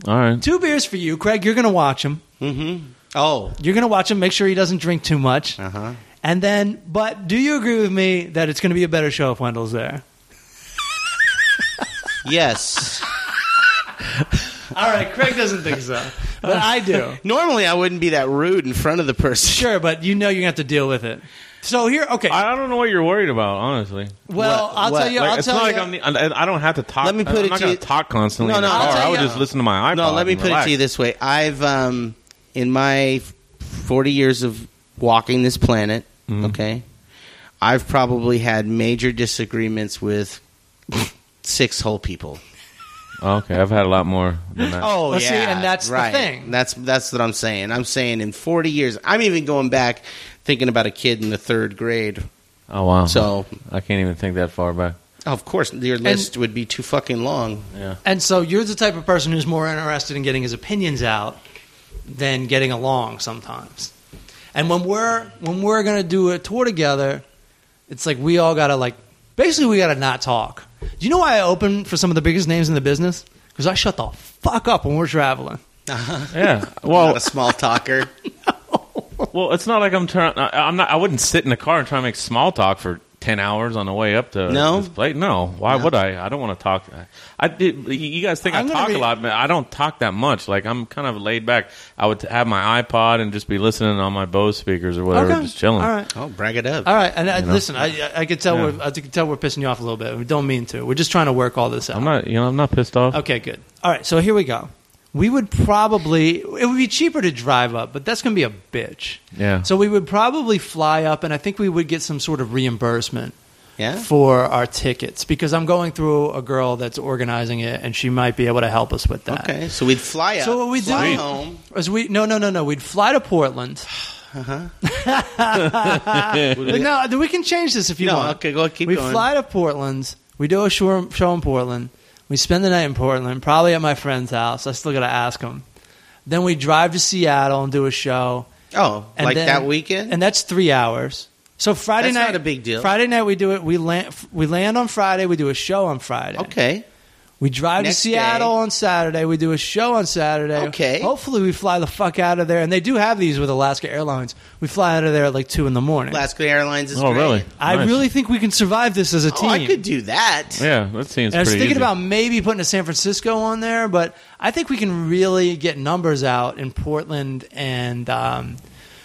All right.
two beers for you. Craig, you're going to watch him.
Mm-hmm. Oh.
You're going to watch him. Make sure he doesn't drink too much.
Uh
Uh-huh.
huh.
And then, but do you agree with me that it's going to be a better show if Wendell's there?
Yes.
All right, Craig doesn't think so. But I do.
Normally I wouldn't be that rude in front of the person.
Sure, but you know you're going to have to deal with it. So here, okay.
I I don't know what you're worried about, honestly.
well,
What-
I'll
what-
tell you.
Like,
I'll
it's
tell
not
you.
like I'm. The, I I don't have to talk.
Let me put
I'm
it
not
to
gonna
you-
talk constantly
No,
in
no,
the
I'll
car.
tell
I would
you-
just listen to my iPod.
No, let me
and
put it to you
relax.
this way. I've um in my 40 years of walking this planet,
Mm-hmm.
okay? I've probably had major disagreements with six whole people.
Okay, I've had a lot more than that.
Oh
Well,
yeah,
see, and that's the
right.
thing.
That's that's what I'm saying. I'm saying in 40 years, I'm even going back thinking about a kid in the third grade.
Oh, wow.
So,
I can't even think that far back.
of course, your list would be too fucking long.
Yeah.
And so you're the type of person who's more interested in getting his opinions out than getting along sometimes. And when we're when we're gonna do a tour together, it's like we all gotta like basically we gotta not talk. Do you know why I open for some of the biggest names in the business? Because I shut the fuck up when we're traveling.
Yeah.
Not
Well,
a small talker.
well, it's not like I'm trying. I- I'm not. I wouldn't sit in the car and try to make small talk for ten hours on the way up to
No?
this place. No. Why would I? I don't want to talk. I did. You guys think
I'm
I
gonna
talk
be-
a lot, but I don't talk that much. Like I'm kind of laid back. I would have my iPod and just be listening on my Bose speakers or whatever, just chilling.
All right.
oh, brag it up.
All right, and I,
know?
listen, I, I- I could tell
Yeah.
we're I could tell we're pissing you off a little bit. We don't mean to. We're just trying to work all this out.
I'm not. You know, I'm not pissed off.
Okay, good. All right, so here we go. We would probably it would be cheaper to drive up, but that's going to be a bitch.
Yeah.
So we would probably fly up, and I think we would get some sort of reimbursement
Yeah.
for our tickets because I'm going through a girl that's organizing it, and she might be able to help us with that.
Okay, so we'd fly up.
So what we
fly
do
home.
is we no no no no we'd fly to Portland.
Uh-huh.
no, we can change this if you
No,
want.
okay, go keep
we
going.
fly to Portland. We do a show, show in Portland. We spend the night in Portland, probably at my friend's house. I still got to ask him. Then we drive to Seattle and do a show.
Oh,
And
like
then-
that weekend?
And that's three hours. So Friday
That's
night,
not a big deal.
Friday night we do it. We land. We land on Friday. We do a show on Friday.
okay.
We drive
Next
to Seattle
day.
on Saturday. We do a show on Saturday.
Okay.
Hopefully, we fly the fuck out of there. And they do have these with Alaska Airlines. We fly out of there at like two in the morning.
Alaska Airlines is
Oh,
great.
really?
I
Nice.
really think we can survive this as a team.
Oh, I could do that.
Yeah, that seems
And I was
pretty
thinking
easy.
about maybe putting a San Francisco on there, but I think we can really get numbers out in Portland and um,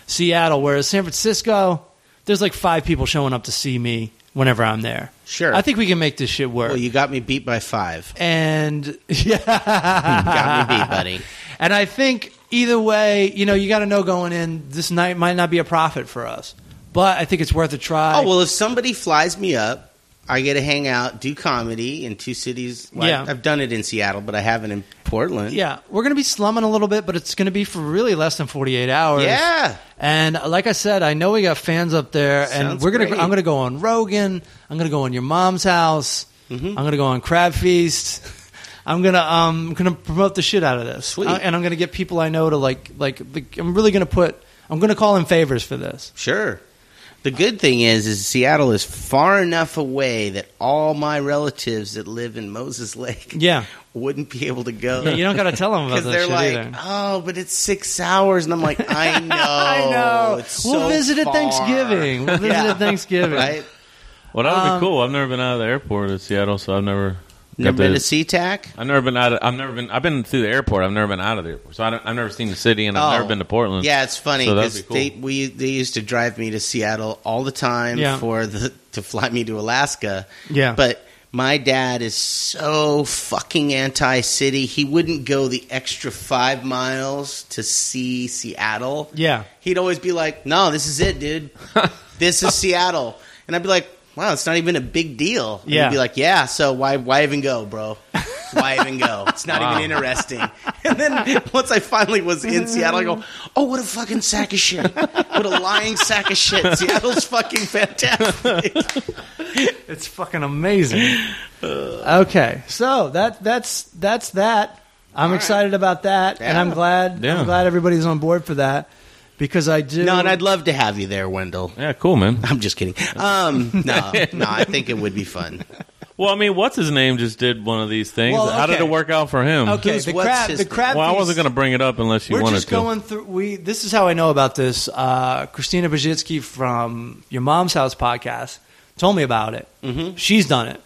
Seattle. Whereas San Francisco, there's like five people showing up to see me whenever I'm there.
Sure.
I think we can make this shit work.
Well, you got me beat by five.
and yeah,
Got me beat, buddy.
and I think either way, you know, you got to know going in. This night might not be a profit for us, but I think it's worth a try.
Oh well, if somebody flies me up, I get to hang out, do comedy in two cities. Like,
Yeah.
I've done it in Seattle, but I haven't in Portland.
yeah, we're gonna be slumming a little bit, but it's gonna be for really less than 48 hours.
yeah.
And like I said, I know we got fans up there, and
Sounds
we're gonna.
great.
I'm gonna go on Rogan. I'm gonna go on your mom's house.
Mm-hmm.
I'm gonna go on Crab Feast. I'm gonna um I'm gonna promote the shit out of this,
Sweet.
Uh, and I'm gonna get people I know to like like. like I'm really gonna put. I'm gonna call in favors for this.
Sure. The good thing is, is Seattle is far enough away that all my relatives that live in Moses Lake
Yeah,
wouldn't be able to go.
yeah you don't gotta tell them about
because
that
they're
shit
like,
either.
oh, but it's six hours, and I'm like, I know,
I know.
Oh, It's
we'll
so
visit at
far."
Thanksgiving. We'll visit
Yeah.
at Thanksgiving.
right?
Well, that would
Um,
be cool. I've never been out of the airport at Seattle, so I've never.
Never
got
been to
the-
SeaTac.
I've never been out. Of, I've never been. I've been through the airport. I've never been out of the airport. So I don't, I've never seen the city, and I've
Oh.
never been to Portland.
Yeah, it's funny
So that'd
because
be cool.
they we they used to drive me to Seattle all the time
Yeah.
for the to fly me to Alaska.
Yeah.
but my dad is so fucking anti-city. He wouldn't go the extra five miles to see Seattle.
Yeah.
he'd always be like, "No, this is it, dude. this is Seattle," and I'd be like. Wow, it's not even a big deal. And
Yeah.
he'd be like, yeah. So why, why even go, bro? Why even go? It's not even interesting. And then once I finally was in Seattle, I go, oh, what a fucking sack of shit! What a lying sack of shit! Seattle's fucking fantastic.
It's fucking amazing. okay, so that that's that's that. I'm excited about that, and
Yeah.
I'm glad.
Yeah.
I'm glad everybody's on board for that because I do.
No, and I'd love to have you there, Wendell.
Yeah, cool, man.
I'm just kidding. Um, no, no, I think it would be fun.
Well, I mean, what's his name just did one of these things.
Well,
How did
okay.
it work out for him?
okay.
Who's-
The
what's
crab.
his
The
name?
crab.
Well, I wasn't
piece-
going to bring it up unless you
We're
wanted
just
to.
going through. We this is how I know about this. Uh, Christina Bajitsky from Your Mom's House podcast told me about it. Mm-hmm. She's done it.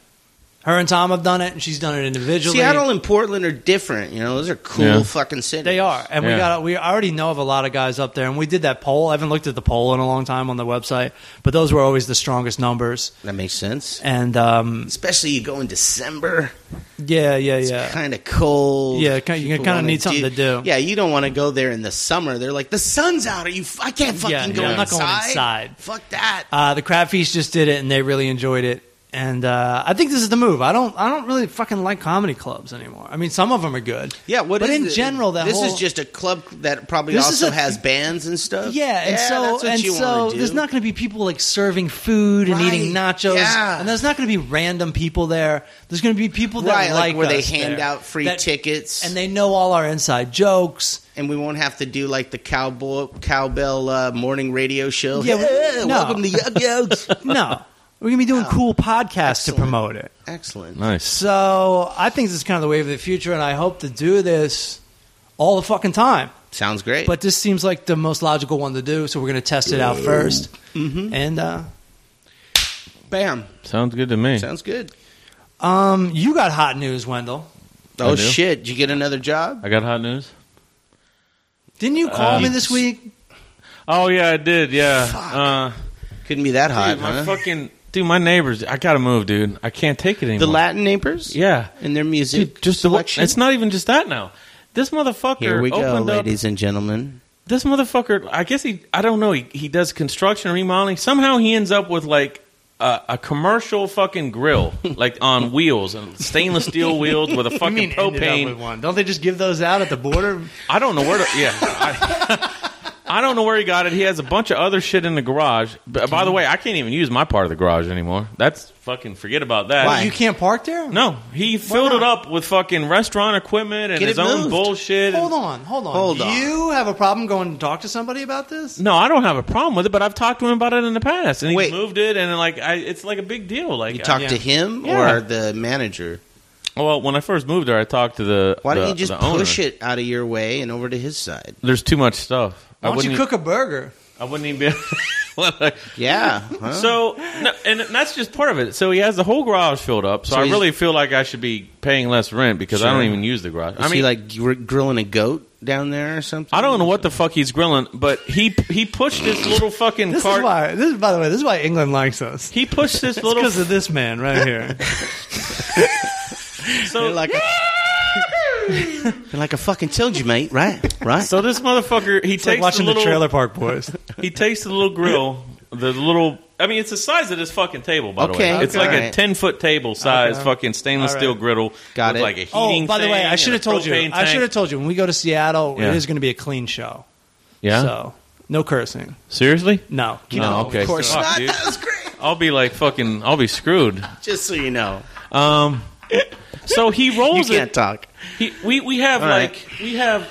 Her and Tom have done it, and she's done it individually.
Seattle and Portland are different. You know, those are cool
Yeah.
fucking cities.
They are, and we
Yeah.
got we already know of a lot of guys up there, and we did that poll. I haven't looked at the poll in a long time on the website, but those were always the strongest numbers.
That makes sense.
And um,
Especially you go in December.
yeah, yeah,
It's
yeah,
kind of cold.
Yeah, kinda- you
People
kinda
wanna
need something to do.
Yeah, you don't want to go there in the summer. They're like, the sun's out. Are you? F- I can't fucking
yeah,
go
I'm not
inside.
going inside.
Fuck that.
Uh, the crab feast just did it, and they really enjoyed it. And uh, I think this is the move. I don't, I don't really fucking like comedy clubs anymore. I mean, some of them are good.
yeah, what
but
is
in
it?
general, that
this
whole-
is just a club that probably
This is
also
a-
has bands and stuff.
Yeah, and so
that's what
and
you
so
wanna do.
there's not going to be people like serving food and
Right,
eating nachos,
yeah.
and there's not going to be random people there. There's going to be people that
right
like,
like, where they
us
hand
there,
out free
that-
tickets
and
and,
they know all our inside jokes.
we won't have to do like the cowboy cowbell uh, morning radio show.
Yeah, we- no.
welcome to Yug Yugs.
No, we're gonna be doing cool podcasts to
Excellent.
promote it.
Excellent.
Nice.
So I think this is kind of the wave of the future, and I hope to do this all the fucking time.
Sounds great.
But this seems like the most logical one to do, so we're gonna test it out 1st And uh,
bam,
Sounds good to me.
sounds good.
um, you got hot news, Wendell.
I
Oh
do.
shit! Did you get another job?
I got hot news.
Didn't you call
Uh,
me this week?
Oh yeah, I did. Yeah. Uh,
Couldn't be that hot,
dude, my
huh?
fucking dude, my neighbors. I gotta move, dude. I can't take it anymore.
The Latin neighbors,
Yeah.
and their music
Dude, just the
selection.
It's not even just that now. This motherfucker
Here we go,
opened up
ladies and gentlemen.
this motherfucker i guess he i don't know he, he does construction remodeling somehow he ends up with like a, a commercial fucking grill like on wheels and stainless steel wheels with a fucking propane
one. Don't they just give those out at the border?
i don't know where to yeah I, I don't know where he got it he has a bunch of other shit in the garage but by the way i can't even use my part of the garage anymore that's fucking forget about that
Why?
you can't park there.
no he filled it up with fucking restaurant equipment and
Get
his
it
own
moved.
bullshit and-
Hold on, hold on.
Hold on.
You have a problem going to talk to somebody about this?
No, I don't have a problem with it, but I've talked to him about it in the past, and he
Wait.
moved it, and like I, it's like a big deal. Like
You talk
yeah.
to him
Yeah.
or the manager.
Well, when I first moved there, I talked to the.
Why don't
the-
you just
the owner.
push it out of your way and over to his side?
There's too much stuff.
Why
I
don't
wouldn't.
you cook a burger?
e- I wouldn't even be.
Yeah. huh?
So, no, and that's just part of it. So he has the whole garage filled up. So,
So
I
he's-
really feel like I should be paying less rent because I
Sure.
don't even use the garage.
Is
I mean,
he like gr- grilling a goat down there or something?
I don't know what the fuck he's grilling, but he he pushed this little fucking
This
cart.
is why. This is by the way. This is why England likes us.
He pushed this
It's
little.
because of this man right here.
So,
They're like, a, they're like I fucking told you, mate. Right, right.
so this motherfucker he
It's
takes
like watching
the, little,
the Trailer Park Boys.
He takes the little grill, the little. I mean, it's the size of this fucking table. By the
Okay,
way, it's
okay.
like a
Alright.
ten foot table size
Okay.
fucking stainless
Alright.
steel griddle.
Got
with
it.
Like a heating
Oh, by the way,
thing
I should have
and a
told you.
propane
I should have
tank.
told you when we go to Seattle,
Yeah.
it is going to be a clean show.
Yeah.
So no cursing.
Seriously?
No. Keep it-
No, okay.
Of course.
Fuck,
not.
dude.
That's great.
I'll be like fucking. I'll be screwed.
Just so you know,
Um. So he
you
rolls
can't
it.
talk.
He, we we have
All right.
like we have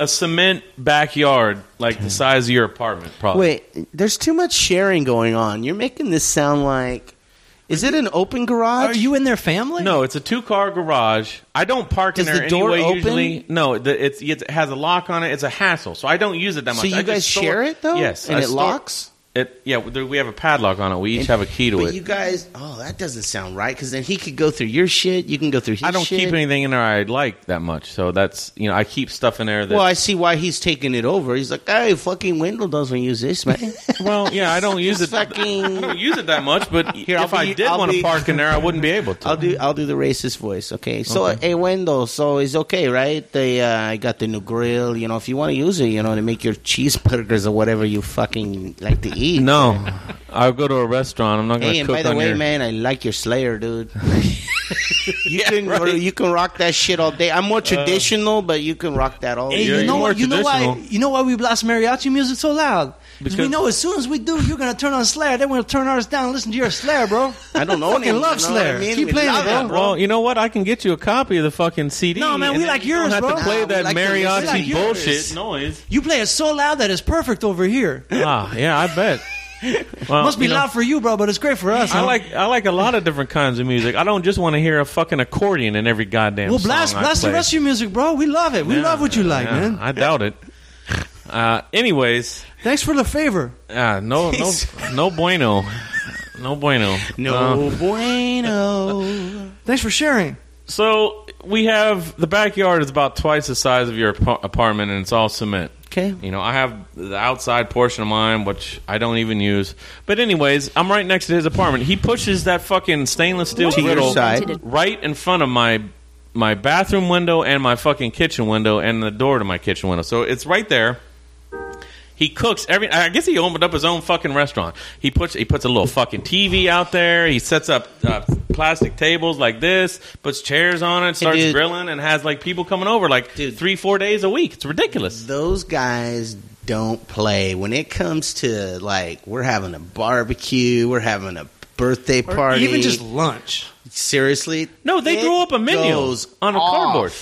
a cement backyard like the size of your apartment. Probably.
Wait, there's too much sharing going on. You're making this sound like. Is it an open garage?
Are you in their family?
No, it's a two-car garage. I don't park in
Does
there
the door
anyway.
open?
Usually, no. The, it's it has a lock on it. It's a hassle, so I don't use it that much.
So you
I just
guys
store-
share it though?
Yes,
and
I
it
store-
locks.
It yeah. there- We have a padlock on it. We each have a key to
but
it.
you guys, oh, that doesn't sound right. Because then he could go through your shit. You can go through his.
I don't
shit.
keep anything in there I like that much, so that's you know I keep stuff in there that.
Well, I see why he's taking it over. He's like, hey, fucking Wendell doesn't use this, man.
well, yeah, I don't use it. I
fucking.
don't use it that much, but
Here, I'll
if I
be-
did
I'll
want to
be-
park in there, I wouldn't be able to.
I'll do I'll do the racist voice, okay? So, hey Wendell, so it's okay, right? They uh, I got the new grill, you know. If you want to use it, you know, to make your cheeseburgers or whatever you fucking like to eat.
no, I'll go to a restaurant. I'm not going to
Hey, and
cook
by the
on
way,
your.
man, I like your Slayer, dude. you can
right.
you can rock that shit all day. I'm more traditional, but you can rock that all
Hey,
day.
you know
more
what? You know why?
traditional.
You know why we blast mariachi music so loud? Because we
Because-
know as soon as we do, you're gonna turn on Slayer. Then we're gonna turn ours down. and Listen to your Slayer, bro.
I don't know
Fucking
anyone,
love
you know what I
Slayer.
mean?
Keep
We
playing it,
love
bro.
that,
Well, you know what? I can get you a copy of the fucking CD.
No, man,
and
we
then
like
you don't
yours,
have
bro.
to play
Nah,
that
we like yours. We
mariachi
like yours.
bullshit noise.
You play it so loud that it's perfect over here.
Ah, yeah, I bet. Well,
Must be
you know,
loud for you, bro, but it's great for us.
I
huh?
like I like a lot of different kinds of music. I don't just want to hear a fucking accordion in every goddamn.
Well, blast,
song I
blast the
play.
rest of your music, bro. We love it. We
Yeah,
love what you like,
yeah,
man.
I doubt it. Uh, anyways,
Thanks for the favor.
uh, no, no, no bueno, no bueno.
No bueno.
Thanks for sharing.
So we have the backyard is about twice the size of your ap- apartment, and it's all cement.
Okay.
You know, I have the outside portion of mine, which I don't even use. But anyways, I'm right next to his apartment. He pushes that fucking stainless steel
To your
griddle
side.
right in front of my my bathroom window and my fucking kitchen window and the door to my kitchen window. So it's right there. He cooks every. I guess he opened up his own fucking restaurant. He puts he puts a little fucking TV out there. He sets up uh, plastic tables like this, puts chairs on it, starts
dude.
grilling, and has like people coming over like
Dude.
three four days a week. It's ridiculous.
Those guys don't play when it comes to like we're having a barbecue, we're having a birthday
Or
party.
even just lunch.
seriously,
No, they
it
threw up a menu
goes
on a
off.
cardboard.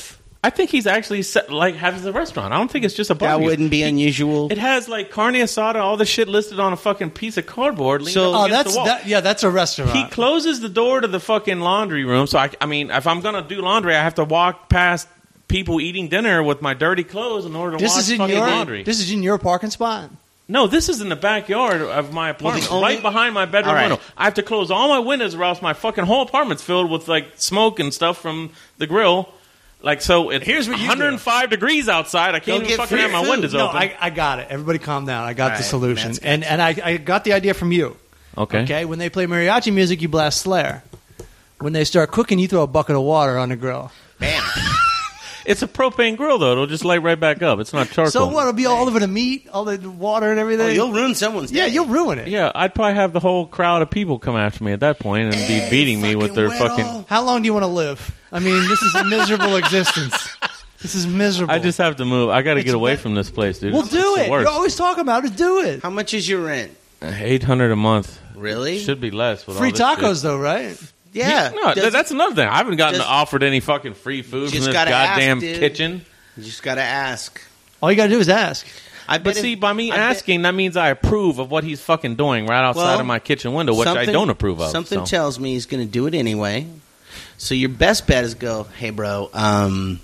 I think he's actually set, like has the restaurant. I don't think it's just a
That
barbecue.
wouldn't be unusual.
It has like carne asada, all the shit listed on a fucking piece of cardboard. leaned
So-
up
Oh,
against
that's
the wall.
that. Yeah, that's a restaurant.
He closes the door to the fucking laundry room. So I, I mean, if I'm gonna do laundry, I have to walk past people eating dinner with my dirty clothes in order to
this
wash
is in
fucking
your.
laundry.
This is in your parking spot.
no, this is in the backyard of my apartment,
only-
right behind my bedroom
All right.
window. I have to close all my windows, or else my fucking whole apartment's filled with like smoke and stuff from the grill. Like so, it's
Here's what you do.
105 degrees outside. I can't
Go
even
get
fucking
free
have my
food.
windows
No,
open.
I, I got it. Everybody, calm down. I got the
right,
solution,
Matt's got
and and I, I got the idea from you. Okay, when they play mariachi music, you blast Slayer. When they start cooking, you throw a bucket of water on the grill.
Bam.
It's a propane grill though; it'll just light right back up. It's not charcoal.
So what? It'll be all over the meat, all the water, and everything.
Oh, you'll ruin someone's.
yeah,
day.
you'll ruin it.
Yeah, I'd probably have the whole crowd of people come after me at that point and be beating me with their
fucking
fucking.
weirdo.
How long do you want to live? I mean, this is a miserable existence. This is miserable.
I just have to move. I got to
It's
get away
wet.
from this place, dude.
Well,
It's-
do
it's the
it. You're
worst.
always talking about it. Do it.
How much is your rent?
Eight hundred a month
Really?
should be less. With
Free
all this
tacos,
shit.
though, right?
yeah.
No, th-
Does-
that's another thing. I haven't gotten
Just-
offered any fucking free food from
Just
this
gotta ask,
goddamn
dude.
kitchen.
you just gotta ask.
All you got to do is ask.
I
But
bet
see,
if-
by me
I bet
asking, that means I approve of what he's fucking doing right outside
Well,
of my kitchen window, which I
something-
don't approve of.
Something
so.
tells me he's gonna do it anyway. So your best bet is go, hey, bro. Um,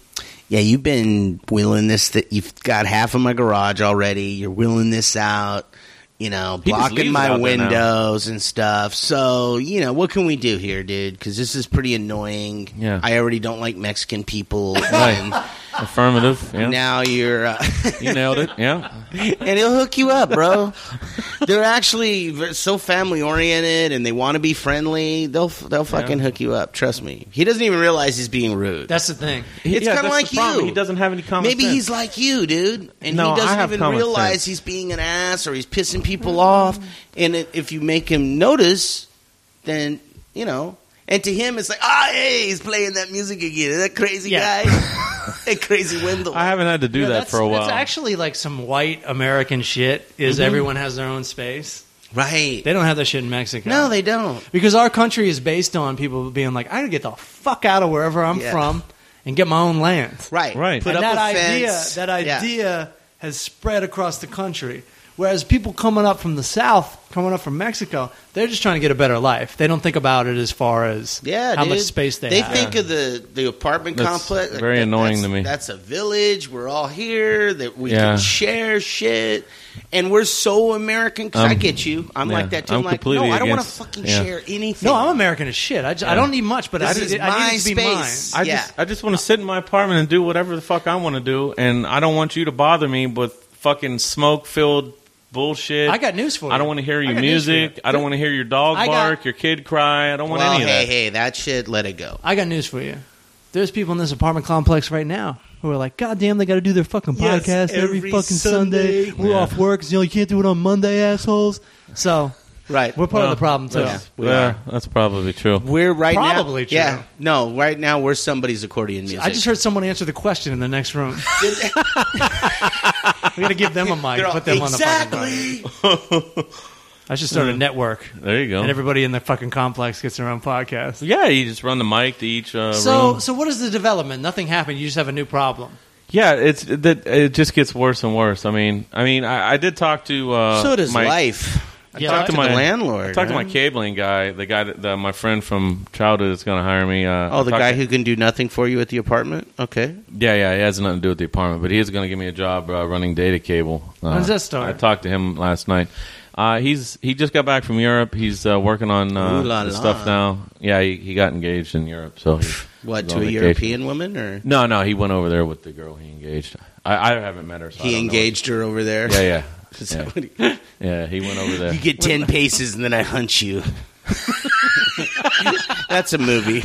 yeah, you've been wheeling this. That you've got half of my garage already. You're wheeling this out. You know,
He just
blocking
leaves it
my
out there now.
windows and stuff. So you know, what can we do here, dude? Because this is pretty annoying.
Yeah.
I already don't like Mexican people. And
Right. Affirmative. Yeah.
Now you're. Uh,
You nailed it. Yeah.
and he'll hook you up, bro. They're actually v- so family oriented, and they want to be friendly. They'll f- they'll fucking hook you up. Trust me. He doesn't even realize he's being rude.
That's the thing.
it's
Yeah,
kind of
that's
like
the problem.
you.
He doesn't have any common
Maybe
sense.
he's like you, dude, and
No, I
he doesn't
have
even
common
realize
sense.
he's being an ass or he's pissing people off. And it, if you make him notice, then you know. And to him, it's like, ah, hey, he's playing that music again. That crazy
Yeah.
guy, that crazy Wendell.
I haven't had to do
Yeah,
that
that's-
for a while. Mm-hmm.
That's actually like some white American shit. Is everyone has their own space?
right?
They don't have that shit in Mexico.
No, they don't.
because our country is based on people being like, I gotta get the fuck out of wherever I'm
Yeah.
from and get my own land.
Right.
Right.
Put
and
up
that
a
idea,
fence.
that
Yeah.
idea has spread across the country. Whereas people coming up from the south, coming up from Mexico, they're just trying to get a better life. They don't think about it as far as
Yeah,
how
dude.
much space they, have.
think of the the apartment
That's
complex.
very annoying
that's-
to me.
That's a village. We're all here. That we
Yeah.
can share shit, and we're so American. 'cause I
Um,
get you. I'm
yeah,
like that too.
I'm
I'm, like, no,
completely
I don't want to
against-
fucking
yeah.
share anything.
no, I'm American as shit. I, just, I don't need much, but I,
This
need
is
it, I
my
need it to be
space.
mine.
I
Yeah.
just I just want to sit in my apartment and do whatever the fuck I want to do, and I don't want you to bother me with fucking smoke filled bullshit.
I got news for you.
I don't want to hear
I
your
got news for
music.
you.
I don't want to hear your dog
I got-
bark, your kid cry. I don't want
Well,
any of
hey,
that.
hey, that shit. Let it go.
I got news for you. There's people in this apartment complex right now who are like, God damn, they got to do their fucking podcast
Yes,
every,
every
fucking Sunday.
Sunday.
We're
Yeah.
off work. So, you, know, you can't do it on Monday, assholes. So
Right.
we're part
Well,
of the problem too.
That's,
Yeah, we
yeah,
are.
that's probably true.
We're right
Probably
now.
true.
Yeah. No, right now we're somebody's accordion music.
I just heard someone answer the question in the next room. we gotta give them a mic.
They're all-
put them on the fucking mic.
exactly.
I should start a network,
There you go.
and everybody in the fucking complex gets their own podcast.
yeah, you just run the mic to each uh,
So,
room.
so what is the development? Nothing happened. You just have a new problem.
Yeah, it's that it just gets worse and worse. I mean, I mean, I, I did talk to uh,
so does
my,
life.
Yeah,
talked
to
to my
the landlord.
I talked to my
man.
cabling guy, the guy that the, my friend from childhood is going to hire me. Uh,
Oh,
I
the
talked
guy
to-
who can do nothing for you at the apartment. Okay.
Yeah, yeah, it has nothing to do with the apartment, but he is going to give me a job uh, running data cable. Uh,
does that start?
I talked to him last night. Uh, he's he just got back from Europe. He's uh, working on uh,
Ooh la
the
la.
stuff now. Yeah, he, he got engaged in Europe. So he-
What
he's
to
on
a
vacation.
European woman or
No, no, he went over there with the girl he engaged. I, I haven't met her. So I
he
don't know
engaged her over there?
what- Yeah, yeah.
So
yeah,
what do you-
yeah, he went over there.
You get ten paces and then I hunt you. That's a movie.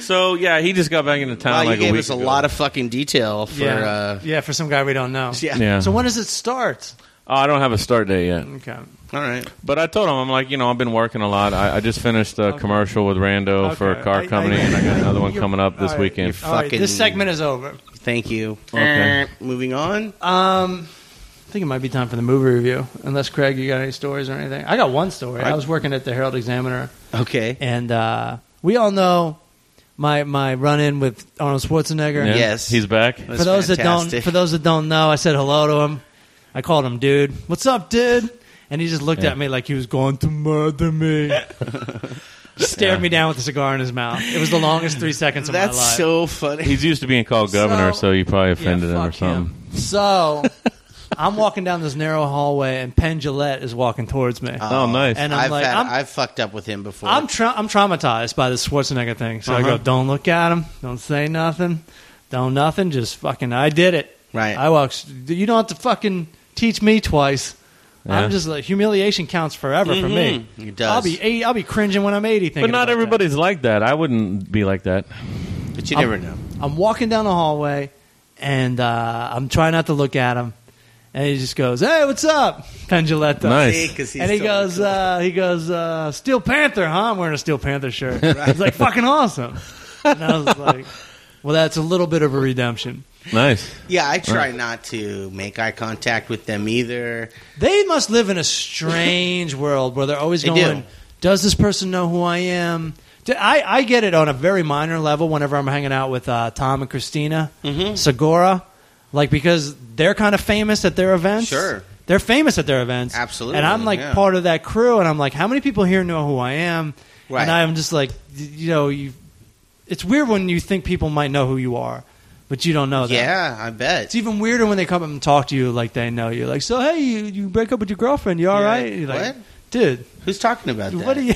So yeah, he just got back into town
Wow, you
like a
gave
week
us a
ago.
lot of fucking detail for.
yeah,
Uh,
yeah, for some guy we don't know.
yeah.
Yeah.
So when does it start?
Oh, I don't have a start date yet.
Okay.
All right.
But I told him, I'm like, you know, I've been working a lot. I, I just finished a commercial with Rando for
Okay.
a car
I-
company,
I-
and I got another one
You're-
coming up this
all right,
weekend.
you're
All right,
Fucking-
this segment is over.
Thank you.
Okay.
Moving on.
Um, I think it might be time for the movie review. Unless Craig, you got any stories or anything? I got one story. I was working at the Herald Examiner.
Okay.
and uh, we all know my my run in with Arnold Schwarzenegger.
Yeah,
Yes.
he's back.
For those that don't,
fantastic.
for those that don't know, I said hello to him. I called him, dude. What's up, dude? And he just looked
Yeah.
at me like he was going to murder me. Stared me down with a cigar in his mouth. It was the longest three seconds of my life.
That's so funny.
He's used to being called governor,
So-
so, you probably
Yeah,
offended him or
fuck him.
something.
So I'm walking down this narrow hallway, and Penn Jillette is walking towards me.
Oh, nice.
and I'm
I've
like,
had,
I'm-
I've fucked up with him before.
I'm tra- I'm traumatized by the Schwarzenegger thing. So
Uh-huh.
I go, don't look at him, don't say nothing, don't nothing. Just fucking, I did it.
Right.
I walked. You don't have to fucking teach me twice.
Yeah. Mm-hmm.
I'm just like humiliation counts forever for me.
Mhm. It does.
I'll be eight, I'll be cringing when I'm eighty. Thinking
But not
about
everybody's like that. I wouldn't be like that.
but you
I'm-
never know.
that. I'm walking down the hallway, and uh, I'm trying not to look at him, and he just goes, "Hey, what's up, Penduletta?"
Nice.
and he goes, uh, he goes, uh, Steel Panther, huh? I'm wearing a Steel Panther shirt. He's like, fucking awesome. And I was like, well, that's a little bit of a redemption.
Nice.
yeah, I try not to make eye contact with them either.
They must live in a strange world where they're always
They
going,
do.
does this person know who I am? Do- I, I get it on a very minor level whenever I'm hanging out with uh, Tom and Christina
Mm-hmm.
Segura, like because they're kind of famous at their events.
Sure.
They're famous at their events.
Absolutely,
And I'm like
yeah.
part of that crew, and I'm like, how many people here know who I am?
Right.
And I'm just like, y- you know, you. It's weird when you think people might know who you are, but you don't know that.
Yeah, I bet.
It's even weirder when they come up and talk to you like they know you. Like, so hey, you, you break up with your girlfriend? You all
Yeah.
right? You're like,
What?
dude,
Who's talking about that?
what are you?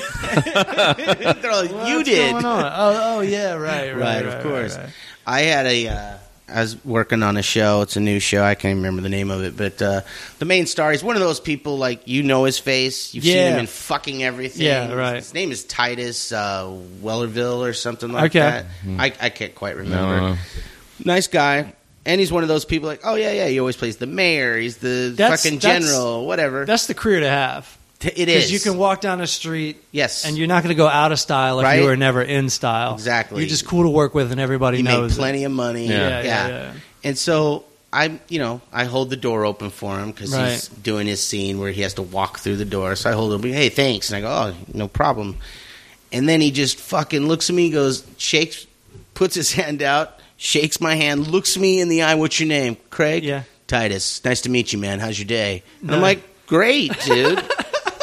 They're like, you
what's
did.
Going on? Oh, oh yeah, right, right,
right,
right,
of course.
right.
I had a. Uh, I was working on a show. It's a new show. I can't remember the name of it, but uh, the main star is one of those people like you know his face. You've seen
Yeah.
him in fucking everything.
Yeah, right.
His name is Titus uh, Wellerville or something like
Okay.
that. I, I can't quite remember.
Hmm. No, no.
Nice guy, and he's one of those people like, oh yeah, yeah. He always plays the mayor. He's the
That's-
fucking
that's-
general, whatever.
That's the career to have.
it
Because
is.
you can walk down the street
yes,
and you're not going to go out of style if
Right?
you were never in style.
Exactly.
You're just cool to work with, and everybody
he made
knows. it.
plenty of money.
Yeah.
Yeah, yeah, yeah.
And so I'm, you know, I hold the door open for him because he's
Right.
doing his scene where he has to walk through the door. So I hold it open. Hey, thanks. And I go, oh, no problem. And then he just fucking looks at me, goes, shakes, puts his hand out, shakes my hand, looks me in the eye. What's your name? Craig.
Yeah.
Titus. Nice to meet you, man. How's your day? And I'm
No.
like, great, dude.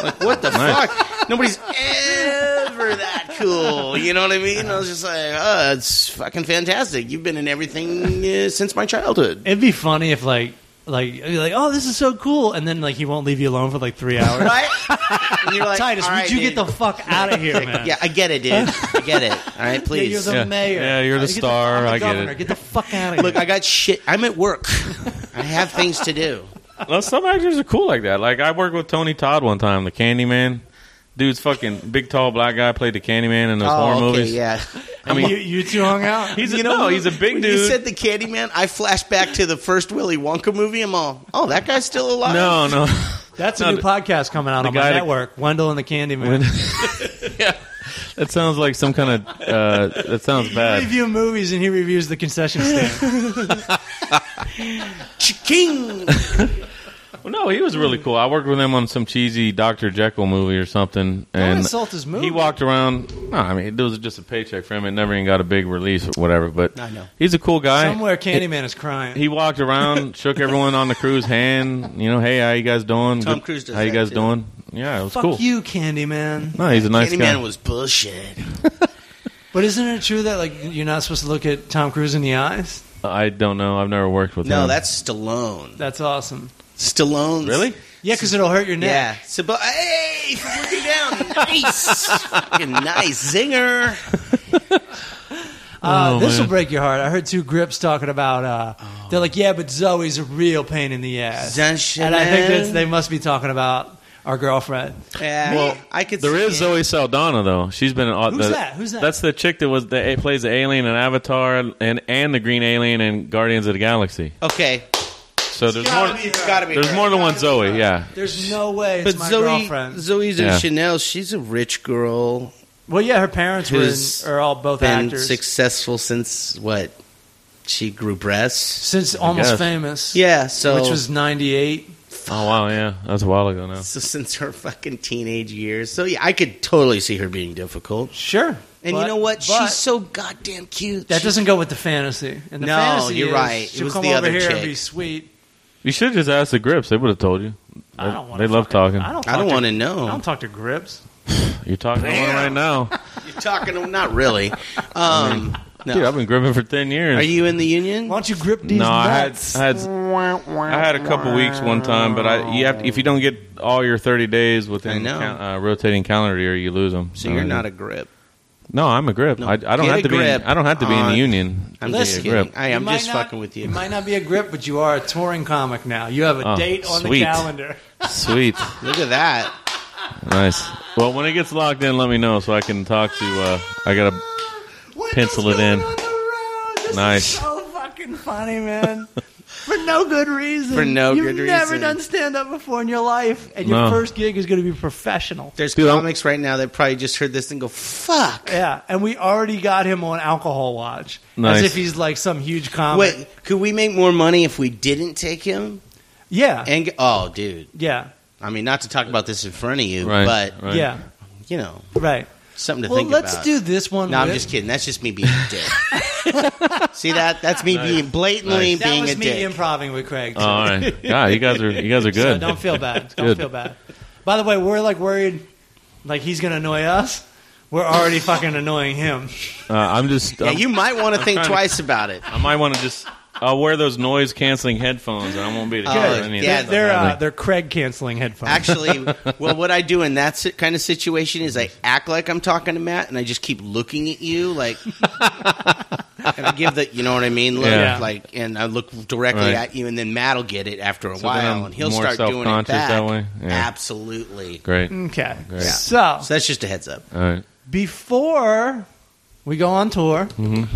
like, what the fuck? Nobody's ever that cool. You know what I mean? I was just like, oh, it's fucking fantastic. You've been in everything uh, since my childhood.
It'd be funny if like like you'd be like oh this is so cool, and then like he won't leave you alone for like three hours.
Right? And you're like,
Titus,
all right,
would you
dude.
get the fuck out of here, man?
Yeah, I get it, dude. I get it. All
Yeah,
right, please.
you're the
Yeah.
mayor.
Yeah, you're the
Get
star,
I'm
I get
governor.
it.
Get the fuck out of here.
Look, I got shit. I'm at work. I have things to do.
Well, some actors are cool like that. Like I worked with Tony Todd one time, the Candyman. Dude's fucking big, tall, black guy played the Candyman in those horror
oh, okay,
movies.
yeah.
I mean,
you, you two hung out.
he's a, no, he's a big
When
dude.
you said the Candyman, I flashed back to the first Willy Wonka movie. I'm all, oh, that guy's still alive.
no, no.
That's
No,
a new
the-
podcast coming out
the
on
guy
my
that-
network. Wendell and the Candyman.
When- yeah, that sounds like some kind of. Uh, that sounds
We
bad.
review movies and he reviews the concession stand.
King.
Well, no, he was really cool. I worked with him on some cheesy Doctor Jekyll movie or something, and
insult his movie.
He walked around. No, I mean it was just a paycheck for him. It never even got a big release or whatever. But
I know.
he's a cool guy.
Somewhere Candyman is crying.
he walked around, shook everyone on the cruise hand. You know, hey, how you guys doing?
Tom
Good-
Cruise does
How you
that,
guys
too.
doing? Yeah, it was
Fuck
cool.
you, Candyman.
No, he's a nice guy.
Candyman was bullshit.
But isn't it true that like you're not supposed to look at Tom Cruise in the eyes?
I don't know. I've never worked with him.
No, that's Stallone.
That's awesome.
Stallone.
really.
Yeah, because it'll hurt your
Yeah.
neck.
So, but, hey, for working down. Nice. Fucking nice zinger.
Uh,
Oh,
this will
man.
break your heart. I heard two grips talking about. Uh,
Oh.
They're like, yeah, but Zoe's a real pain in the ass,
Zenshin.
and I think that's they must be talking about our girlfriend.
Yeah.
Well,
I could.
There
see
is
it.
Zoe Saldana though. She's been
Uh,
in
Who's
the,
that? Who's that?
That's the chick that was that plays the alien in Avatar and and the Green Alien and Guardians of the Galaxy.
Okay.
So there's more.
It's got to be.
There's
her.
more than one Zoe. Yeah.
There's no way it's
But
my
Zoe,
girlfriend.
Zoe's in
Yeah.
Chanel. She's a rich girl.
Well, yeah, her parents were
Who's
in, are all both
Been
actors
successful since what? She grew breasts.
since almost
guess.
famous.
Yeah. So
which was '98.
Oh wow. Yeah. That's a while ago now.
So since her fucking teenage years. So yeah, I could totally see her being difficult.
Sure,
And
But-
you know what?
but-
She's so goddamn cute.
That
She-
doesn't go with the fantasy. And the
No,
fantasy
you're
is
right. It
She'll
was
come
the
over
other
here and
chick.
be sweet.
You should just ask the Grips. They would have told you. They,
I don't want.
they love talking.
I don't.
I don't
want
want to know.
talk to grips.
You're talking to one
Damn.
right now,
You're talking to not really. Um, no.
dude. I've been gripping for ten years.
Are you in the union?
Why don't you grip these
no, I had,
nuts?
I had I had a couple weeks one time, but I you have to, if you don't get all your thirty days
I
within
know.
ca- uh, rotating calendar year, you lose them.
So you're not a grip.
No, I'm a grip.
No,
I, I don't
get
have
a
to be.
grip
In, I don't have to be in
on-
the union.
I'm
Listen,
just kidding.
grip.
I am
might
just
not-
fucking with you.
You might not be a grip, but you are a touring comic now. You have a
Oh,
date on
sweet.
the calendar.
Sweet,
Look at that.
nice. Well, when it gets locked in, let me know so I can talk to. Uh, I gotta. Pencil it
On
in.
the road. This
Nice.
Is so fucking funny, man. For no good reason.
For no
You've
good
never
reason.
done stand up before in your life, and your
No.
first gig is going to be professional.
There's
Dude, I'm-
comics right now that probably just heard this and go, "Fuck."
Yeah, and we already got him on alcohol watch
Nice.
as if he's like some huge comic.
Wait, could we make more money if we didn't take him?
Yeah,
And g- oh, dude.
yeah,
I mean, not to talk about this in front of you,
Right,
but
right.
yeah,
you know,
right.
something to
Well,
think
let's
about.
do this one.
No, I'm
with-
just kidding. That's just me being a dick. See that? That's me being blatantly
Nice.
That
being
was
a
me
dick.
improving with Craig.
Oh, all right, God, you guys are you guys are
So
good.
don't feel bad. Don't
Good.
feel bad. By the way, we're like worried, like he's gonna annoy us. We're already fucking annoying him.
Uh, I'm just.
Yeah,
I'm-
you might want to think
trying to-
twice about it.
I might want to just. I'll wear those noise canceling headphones, and I won't be able to hear
Oh,
any
yeah,
of that.
They're uh, they're Craig canceling headphones.
Actually, well, what I do in that si- kind of situation is I act like I'm talking to Matt, and I just keep looking at you, like, and I give the, you know what I mean, look,
Yeah.
like, and I look directly
Right.
at you, and then Matt'll get it after a
So then
while,
I'm
and he'll
more
start doing it back.
self-conscious that way? Yeah.
Absolutely.
Great.
okay.
Great.
So
So that's just a heads up.
All right.
before we go on tour,
Mhm.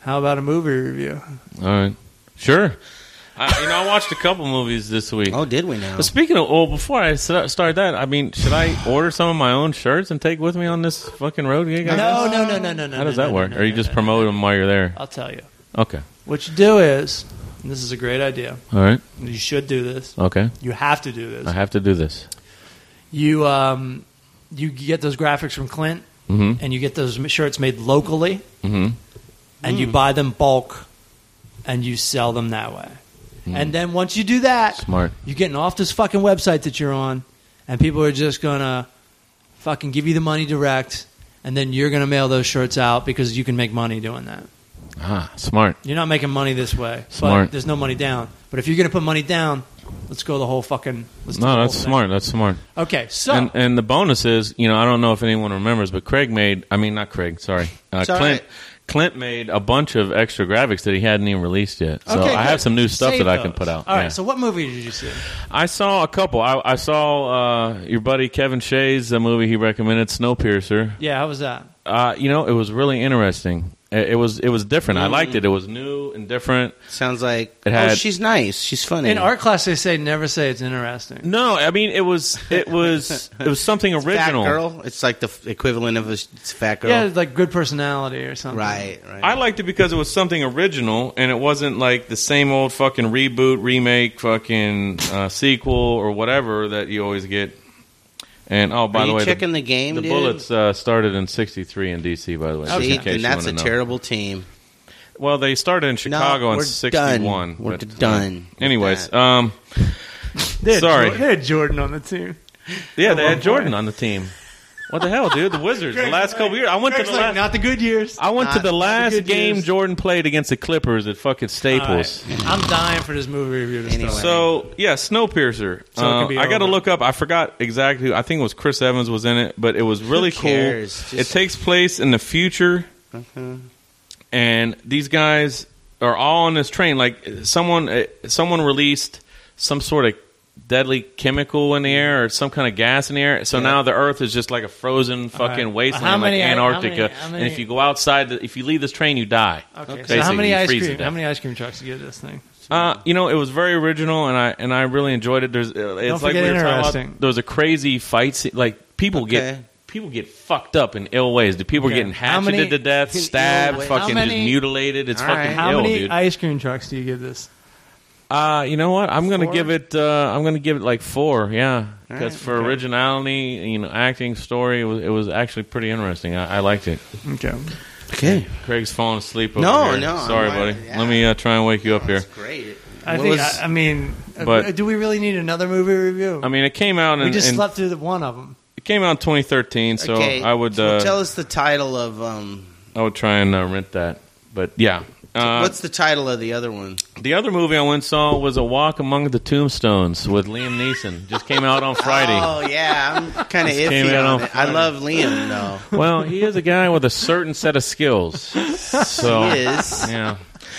how about a movie review?
All right. Sure. I, you know, I watched a couple movies this week.
Oh, did we now?
But Speaking of, well, before I s- start that, I mean, should I order some of my own shirts and take with me on this fucking road gig? I guess?
No, no, no, no, no, no.
How does
no,
that
no,
work?
no,
or you
no,
just
no.
promote them while you're there?
I'll tell you.
Okay.
What you do is, and this is a great idea.
All right.
You should do this.
Okay.
You have to do this.
I have to do this.
You um, you get those graphics from Clint,
Mm-hmm.
and you get those shirts made locally,
Mm-hmm.
and you buy them bulk, and you sell them that way.
Hmm.
And then once you do that,
Smart.
you're getting off this fucking website that you're on, and people are just gonna fucking give you the money direct, and then you're gonna mail those shirts out because you can make money doing that.
Ah, smart.
You're not making money this way.
Smart.
But there's no money down. But if you're gonna put money down, let's go the whole fucking. Let's do the
No,
whole
that's
thing.
smart. That's smart.
Okay, so
And, and the bonus is, you know, I don't know if anyone remembers, but Craig made, I mean, not Craig, sorry. Uh,
It's all
Clint,
right.
Clint made a bunch of extra graphics that he hadn't even released yet. So
Okay,
I
good.
have some new stuff
Save
that I can
those.
put out.
All right.
Yeah.
So, what movie did you see?
I saw a couple. I, I saw uh, your buddy Kevin Shays, the movie he recommended, Snowpiercer.
Yeah, how was that?
Uh, you know, it was really interesting. It, it was it was different. I liked it. It was new and different.
Sounds like
It had-
oh, she's nice, she's funny.
In art class, they say never say it's interesting.
No, I mean it was it was it was something
fat
original.
girl. It's like the f- equivalent of a s- it's a fat girl.
Yeah, it's like good personality or something.
right, right.
I liked it because it was something original and it wasn't like the same old fucking reboot, remake, fucking uh, sequel or whatever that you always get. And oh, by
Are
the
you
way, the-
checking the, game,
the
dude?
bullets uh, started in '63 in DC. By the way, just
See,
in case
then
you
that's
wanna
a
know.
terrible team.
Well, they started in Chicago in
we're
'61.
done. We're
but, uh,
done with
Anyways,
that.
um,
They had
Sorry.
Jor- they had Jordan on the team.
yeah, they
Oh,
one
had
point.
Jordan on the team. What the hell, dude? The Wizards. the last couple years, I went to
Greg's
the
like,
last.
not the good years.
I went to
not-
the last
good
game
news.
Jordan played against the Clippers at fucking Staples.
All right. I'm dying for this movie review to
Anyway.
start.
So yeah, Snowpiercer.
So it
Uh,
could be
I got to
over.
look up. I forgot exactly. who- I think it was Chris Evans was in it, but it was really cool.
cares?
It
Just-
takes place in the future,
Uh-huh.
and these guys are all on this train. Like someone, uh, someone released some sort of deadly chemical in the air or some kind of gas in the air. So now the Earth is just like a frozen fucking
right.
wasteland,
How many-
like
how
Antarctica.
many- how
and
many-
if you go outside, the, if you leave this train, you die.
Okay. So
Basically,
how many
you
ice
freeze to
cream?
death.
How many ice cream trucks you get this thing?
Uh, you know, it was very original, and I and I really enjoyed it. There's, uh, it's like we
forget
were talking
interesting.
about. There was a crazy fight. Scene. Like people
Okay.
get people get fucked up in ill ways. The people are
Okay.
getting
How
hatcheted
many-
to death,
in ill
stabbed,
ways?
fucking
How
just
many-
mutilated. It's
All
fucking
right.
How
ill,
many
dude.
ice cream trucks do you give this?
uh, you know what? I'm gonna
Four?
give it. Uh, I'm gonna give it like four. Yeah,
All
because
right,
for originality, you know, acting, story, it was, it was actually pretty interesting. I, I liked it.
Okay.
Okay,
Craig's falling asleep. Over
No,
here.
no, I'm
sorry,
not-
buddy.
yeah.
Let me uh, try and wake you up here.
that's great.
I
What
think.
was-
I, I mean, uh,
But-
do we really need another movie review?
I mean, it came out in,
we just
in-
slept through the one of them.
it came out in 2013, so
okay,
I would
so
uh,
tell us the title of um.
I would try and uh, rent that. But yeah. Uh,
what's the title of the other one?
the other movie I went and saw was A Walk Among the Tombstones with Liam Neeson. Just came out on Friday.
Oh yeah, I'm kind of
Just came
iffy
out
on
on
it. I love Liam though.
Well, he is a guy with a certain set of skills. So
He is.
yeah.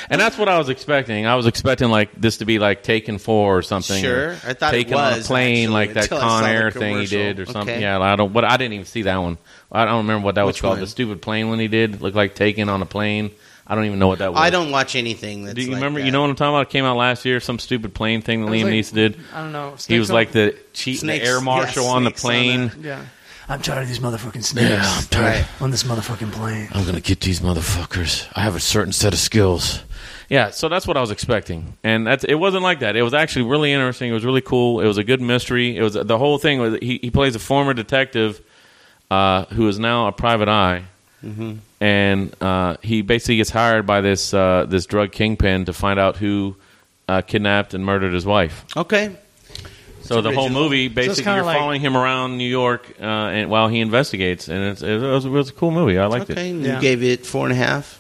And that's what I was expecting. I was expecting like this to be like Taken Four or something.
Sure.
or
I thought it
Taken on a
was,
plane,
actually,
like that
until I
Con
saw the
Air thing he did or
commercial.
something.
Okay.
Yeah, I don't. What I didn't even see that one. I don't remember what that was
Which
called.
one?
The stupid plane one he did It looked like Taken on a plane. I don't even know what that was.
I don't watch anything that's.
Do you
like
remember?
That.
You know what I'm talking about? It came out last year. Some stupid plane thing that
was
Liam
like-
Neeson did.
I don't know.
He was like the cheating the
Snakes.
air marshal
Yeah,
on the
snakes on
plane.
that.
yeah. I'm tired of these motherfucking snakes.
Right.
on this motherfucking plane.
I'm gonna get these motherfuckers. I have a certain set of skills. Yeah, so that's what I was expecting, and that's it wasn't like that. It was actually really interesting. It was really cool. It was a good mystery. It was the whole thing was he, he plays a former detective uh, who is now a private eye,
Mm-hmm.
and uh, he basically gets hired by this uh, this drug kingpin to find out who uh, kidnapped and murdered his wife.
Okay.
So the whole
original. So
movie,
it's
basically,
kinda
you're
like-
following him around New York uh, and while he investigates, and it's, it, was, it was a cool movie. I liked
Okay,
it.
and
Yeah.
you gave it four and a half.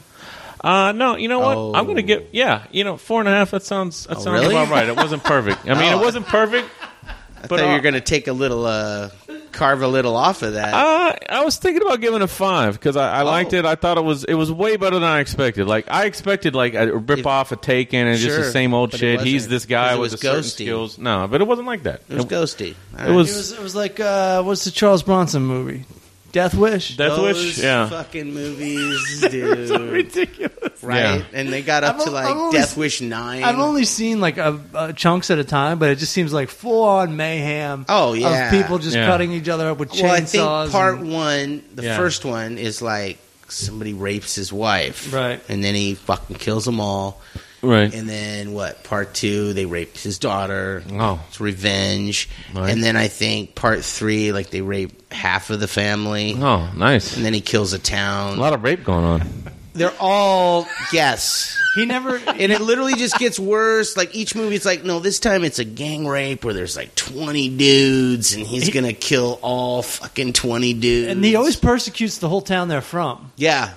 Uh, no, you know what? I'm gonna
Oh.
give. Yeah, you know, four and a half. That sounds. That
Oh,
sounds
really?
about right. It wasn't perfect. I mean,
Oh.
it wasn't perfect.
I
But,
thought you
uh,
were going to take a little, uh, carve a little off of that.
Uh, I was thinking about giving it a five because
Oh.
I, I liked it. I thought it was it was way better than I expected. Like I expected like a rip off, a Taken, and just
Sure,
the same old
but it
shit. He's
wasn't,
this guy
'cause it
with a
was
certain
ghosty.
skills. No, but it wasn't like that.
it was ghosty. All
It was-
It was, it was like uh, what's the Charles Bronson movie? Death Wish.
Death
Those
Wish. Yeah,
fucking movies, dude.
ridiculous.
right?
Yeah.
And they got up
I've
to
o-
like
I've only
Death
s-
Wish nine.
I've only seen like a, uh chunks at a time, but it just seems like full on mayhem.
Oh, yeah.
of people just
Yeah.
cutting each other up with chainsaws.
well, I think part
and-
one, the
Yeah.
first one, is like somebody rapes his wife,
Right.
And then he fucking kills them all.
right.
And then what? Part two, they rape his daughter.
Oh,
It's revenge.
Right.
And then I think part three, like they rape half of the family.
oh, nice.
And then he kills a town.
A lot of rape going on.
They're all yes.
he never.
and it literally just gets worse. Like each movie, it's like, no, this time it's a gang rape where there's like twenty dudes, and he's gonna kill all fucking twenty dudes.
And he always persecutes the whole town they're from.
yeah,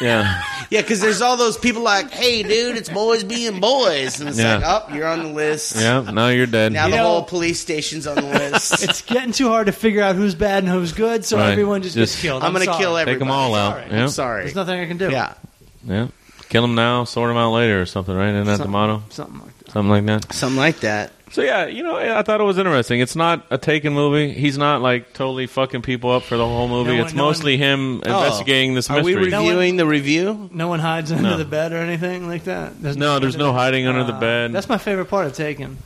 Yeah,
yeah, because there's all those people like, hey, dude, it's boys being boys, and it's
Yeah.
like, oh, you're on the list.
yeah. Now you're dead.
Now the
know-
whole police station's on the list.
It's getting too hard to figure out who's bad and who's good, so
Right.
everyone just,
Just-
gets killed.
I'm gonna
sorry.
kill
Take
everybody.
them all out.
Sorry.
Yeah,
I'm sorry.
There's nothing I can do.
Yeah,
yeah. Kill them now, sort them out later, or something. Right? Isn't that the
Something-
motto?
Something like that.
Something like that.
something like that.
So yeah, you know, I thought it was interesting. It's not a Taken movie. He's not like totally fucking people up for the whole movie.
No one-
it's
no
mostly him investigating this
Oh. Are we
mystery.
reviewing the review?
No one hides under
No.
the bed or anything like that. There's
no, there's no hiding under the
Uh,
bed.
That's my favorite part of Taken.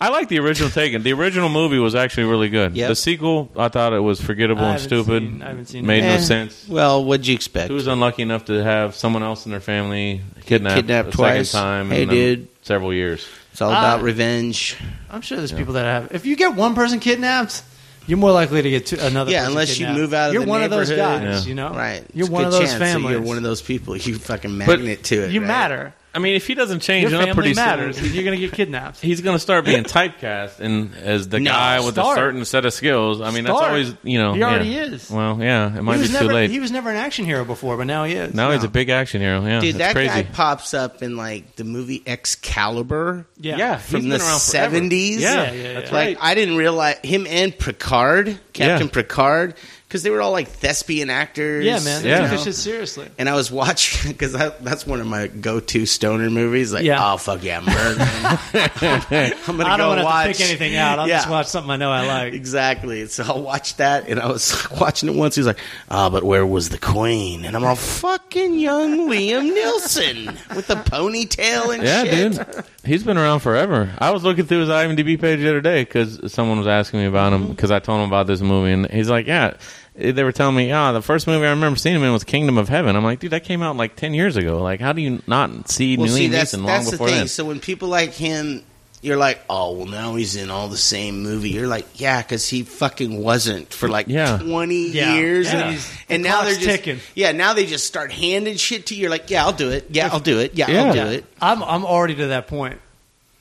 I like the original Taken. The original movie was actually really good.
Yep.
The sequel, I thought it was forgettable
I
and
haven't
stupid.
seen- I haven't seen
Made
it.
no
Eh,
sense.
Well, what'd you expect?
Who was unlucky enough to have someone else in their family kidnapped,
Kidnapped
a
twice.
second time?
Hey,
and then
dude.
Several years.
It's all
Ah.
about revenge.
I'm sure there's people that have. If you get one person kidnapped, you're more likely to get two, another.
Yeah,
person
unless you
kidnapped.
move out of
You're
the
one of those
neighborhood.
guys,
Yeah.
you know.
Right.
You're
It's a
one
good
of those
chance that
families.
You're one of those people. You fucking magnet to it.
you
right?
matter.
I mean, if he doesn't change
Your
up pretty
family matters.
soon,
You're gonna get kidnapped.
he's going to start being typecast and as the
No,
guy with
start.
a certain set of skills. I mean, that's
Start.
always you know.
He already
yeah.
is.
Well, yeah, it might
He
be
was
too
never.
late.
He was never an action hero before, but now he is.
now he's a big action hero. Yeah,
Dude,
it's
that
crazy.
guy pops up in like the movie Excalibur.
Yeah.
yeah,
From
he's
the
been around forever. Yeah,
70s?
Yeah, yeah,
that's
yeah.
right.
Like I didn't realize him and Picard, Captain
Yeah.
Picard, because they were all like thespian actors.
Yeah, man. They
Yeah.
took this shit seriously.
And I was watching because that's one of my go-to stoner movies. Like,
Yeah.
oh fuck yeah, Merlin. I'm gonna
I
go
don't want
watch.
to pick anything out. I'll
Yeah.
just watch something I know I like.
Exactly. So I watched that, and I was watching it once. He's like, "Ah, but where was the queen?" And I'm all fucking young Liam Nielsen with the ponytail and
Yeah,
shit.
dude, he's been around forever. I was looking through his IMDb page the other day because someone was asking me about
Mm-hmm.
him because I told him about this movie, and he's like, "Yeah." They were telling me, "Ah, the first movie I remember seeing him in was Kingdom of Heaven." I'm like, "Dude, that came out like ten years ago. Like, how do you not see
Well,
New
see,
Liam
that's
Neeson long
that's the
before
thing.
that?"
So when people like him, you're like, "Oh, well, now he's in all the same movie." You're like, "Yeah," because he fucking wasn't for like
Yeah.
20
Yeah.
years,
Yeah.
and,
He's-
and
the
now they're
clock's
just
ticking.
yeah, now they just start handing shit to you. You're like, "Yeah, I'll do it. Yeah, I'll do it. Yeah, I'll
Yeah.
do it."
I'm I'm already to that point.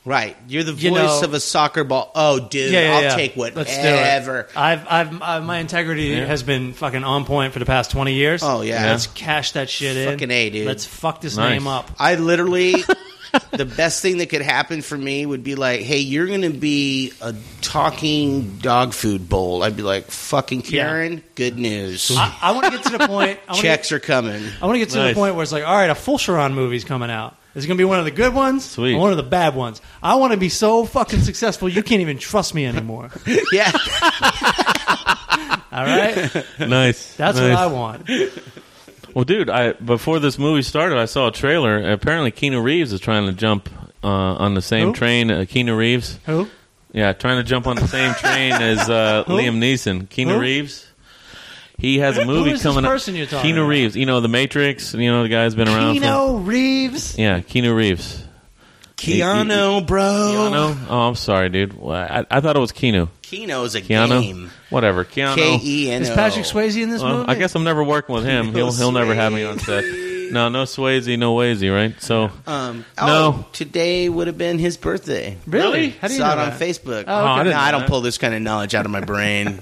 Right. You're the voice
You know-
of a soccer ball. Oh, dude,
Yeah, yeah,
I'll
yeah.
take whatever.
Let's do it. I've I've i my integrity
Yeah.
has been fucking on point for the past twenty years.
Oh, yeah.
let's cash that shit in.
Fucking A, dude.
Let's fuck this
Nice.
name up.
I literally, the best thing that could happen for me would be like, hey, you're going to be a talking dog food bowl. I'd be like, fucking
Yeah.
Karen, good news.
I, I want to get to the point. I wanna
Checks are coming.
Get, I want to get to
Nice.
the point where it's like, all right, a full Sharon movie's coming out. It's going to be one of the good ones,
Sweet.
and one of the bad ones. I want to be so fucking successful, you can't even trust me anymore.
Yeah.
All right,
nice.
that's
nice.
what I want.
Well, dude, I before this movie started, I saw a trailer. Apparently, Keanu Reeves is trying to jump uh, on the same
Who?
train. Uh, Keanu Reeves,
Who?
yeah, trying to jump on the same train as uh,
Who?
Liam Neeson. Keanu
Who?
Reeves. He has a
Who
movie
is this
coming
person you're
up.
talking
Keanu
about?
Reeves, you know the Matrix. You know the guy's been around. For,
Keanu Reeves.
yeah, Keanu Reeves.
Keanu, bro.
Keanu. Oh, I'm sorry, dude. Well, I, I thought it was Keanu.
Keanu's a
Keanu.
game.
Whatever. Keanu.
K E N O.
Is Patrick Swayze in this
Well,
movie?
I guess I'm never working with him. He'll he'll never have me on set. No, no Swayze, no Wazy, right? So
Um,
No.
oh, today would have been his birthday.
Really? How do you
Saw
know
it on
that?
Facebook.
Oh, okay.
I didn't
no, I
know
don't
that.
pull this kind of knowledge out of my brain.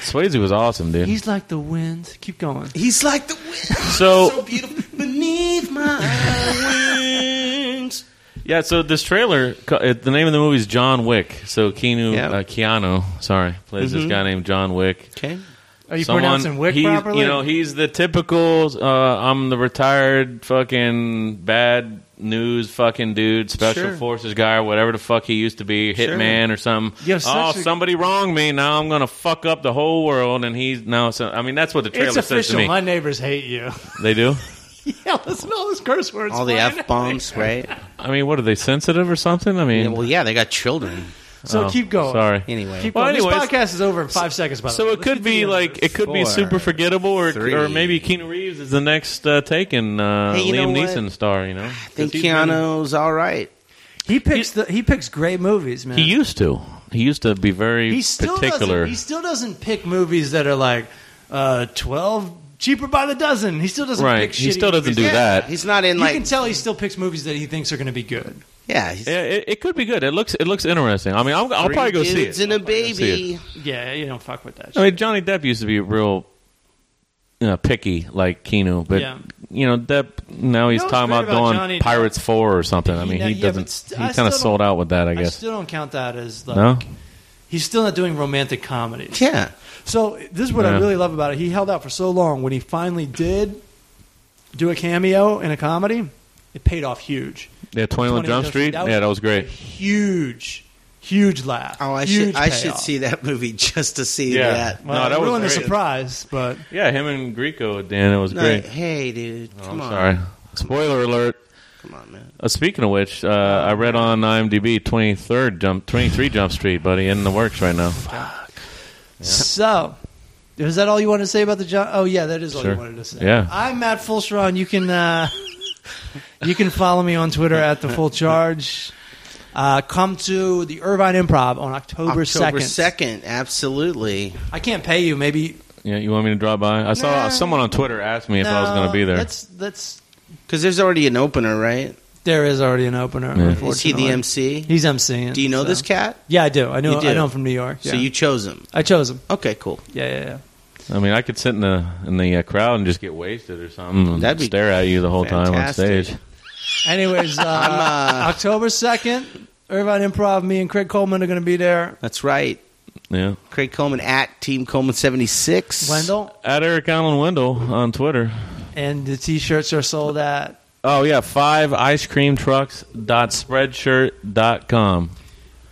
Swayze was awesome, dude.
He's like the wind. Keep going.
He's like the wind, so
so
beautiful beneath my wings.
yeah, so this trailer, co- uh, the name of the movie is John Wick. So Keanu,
Yeah.
uh, Keanu, sorry, plays this guy named John Wick.
Okay.
Are you
Someone-
Mm-hmm. pronouncing Wick
he's-
properly?
You know, he's the typical. Uh, I'm the retired fucking bad news fucking dude, special
Sure.
forces guy, or whatever the fuck he used to be, hitman or something.
You have such
oh,
a-
somebody wronged me. Now I'm gonna fuck up the whole world. And he's now. So, I mean, that's what the trailer
it's
says to
official.
me.
My neighbors hate you.
They do.
yeah, listen to all those curse words.
All the
flying.
f bombs, right?
I mean, what are they sensitive or something? I mean,
Yeah, well, yeah, they got children.
So
oh,
keep going.
Sorry.
Anyway,
Keep
Well,
going. this
anyways-
podcast is over in five seconds. By the
So
way,
it
Let's
could
get to
be
the
like
others.
it could be
Four,
super forgettable, or
three.
or maybe Keanu Reeves is the next uh, Taken uh,
Hey, you know
Liam
what?
Neeson star. You know,
I think
'Cause he's been-
Keanu's all right.
he picks the, he picks great movies, man.
He used to. He used to be very
He still
particular.
Doesn't, he still doesn't pick movies that are like uh, twelve cheaper by the dozen. He still doesn't
right.
pick.
He
shitty
still doesn't
movies.
do
Yeah,
that.
He's not in
You
like
can tell he still picks movies that he thinks are going to be good.
yeah. He's
Yeah, it, it could be good. It looks it looks interesting. I mean, I'll, I'll
three
probably go see
dudes
it.
and a
go see
baby.
Yeah, you don't fuck with that.
I
shit.
mean, Johnny Depp used to be real you know, picky like Keanu, but
Yeah.
you know Depp now he's
know what's
talking
great
about,
about
doing
Johnny Depp?
Pirates Four or something. I mean,
know-
he
yeah,
doesn't.
but st- I
he kind
still
of sold out with that, I
I
guess.
still don't count that as like
no,
he's still not doing romantic comedy.
Yeah.
So this is what I
Yeah.
really love about it. He held out for so long. When he finally did do a cameo in a comedy, it paid off huge.
yeah, Twenty One
21
Jump Street. yeah, that was great.
Huge, huge laugh.
Oh, I
huge
should I should
payoff.
see that movie just to see
Yeah.
that.
Well,
No, that
it
was
ruined the
great.
surprise, but
Yeah, him and Greco, Dan, it was
No,
great.
hey, dude,
Oh, I'm
come on,
sorry. Spoiler alert.
come on, man.
Uh, speaking of which, uh, I read on IMDb twenty third jump twenty three Jump Street, buddy, in the works right now.
so. Is that all you wanted to say about the John? Oh yeah, that is all
Sure.
you wanted to say.
Yeah.
I'm Matt Fulcheron. You can uh, you can follow me on Twitter at the Full Charge. Uh, come to the Irvine Improv on October
October
second.
second, absolutely.
I can't pay you. Maybe
Yeah, you want me to drop by? I saw
Nah.
someone on Twitter asked me if I was
No,
going to be there.
That's that's.
Because there's already an opener, right?
There is already an opener. Unfortunately,
Is he the MC?
He's emceeing.
Do you know
so-
this cat?
Yeah, I do. I know.
You do?
I know him from New York.
So
yeah.
you chose him.
I chose him.
Okay, cool.
Yeah, yeah, yeah.
I mean, I could sit in the in the uh, crowd and just get wasted or something, and
That'd be
stare at you the whole time on
fantastic.
stage.
Anyways, uh, October second, Irvine Improv. Me and Craig Coleman are going to be there.
That's right.
Yeah,
Craig Coleman at Team Coleman seventy six.
Wendell
at Eric Allen Wendell on Twitter.
and the t-shirts are sold at.
Oh yeah, five ice cream trucks dot spreadshirt dot com.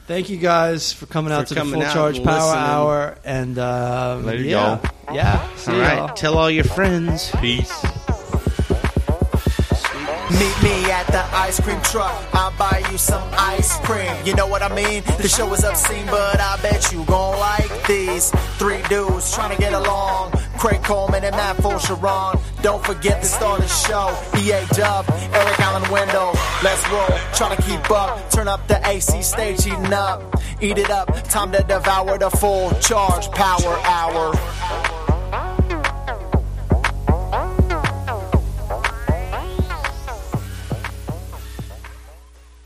Thank you guys for coming out to
For coming
the Full
out
Charge
and
Power
listening.
Hour, and um,
Later,
yeah, yeah. See
All
y'all.
right. Tell all your friends.
Peace.
Meet me at the ice cream truck. I'll buy you some ice cream. You know what I mean? The show is obscene, but I bet you gon' like these three dudes trying to get along. Craig Coleman and Matt Sharon. Don't forget to start the show. EA Dub, Eric Allen Wendell. Let's roll. Trying to keep up. Turn up the AC stage, eating up. Eat it up. Time to devour the full charge power hour.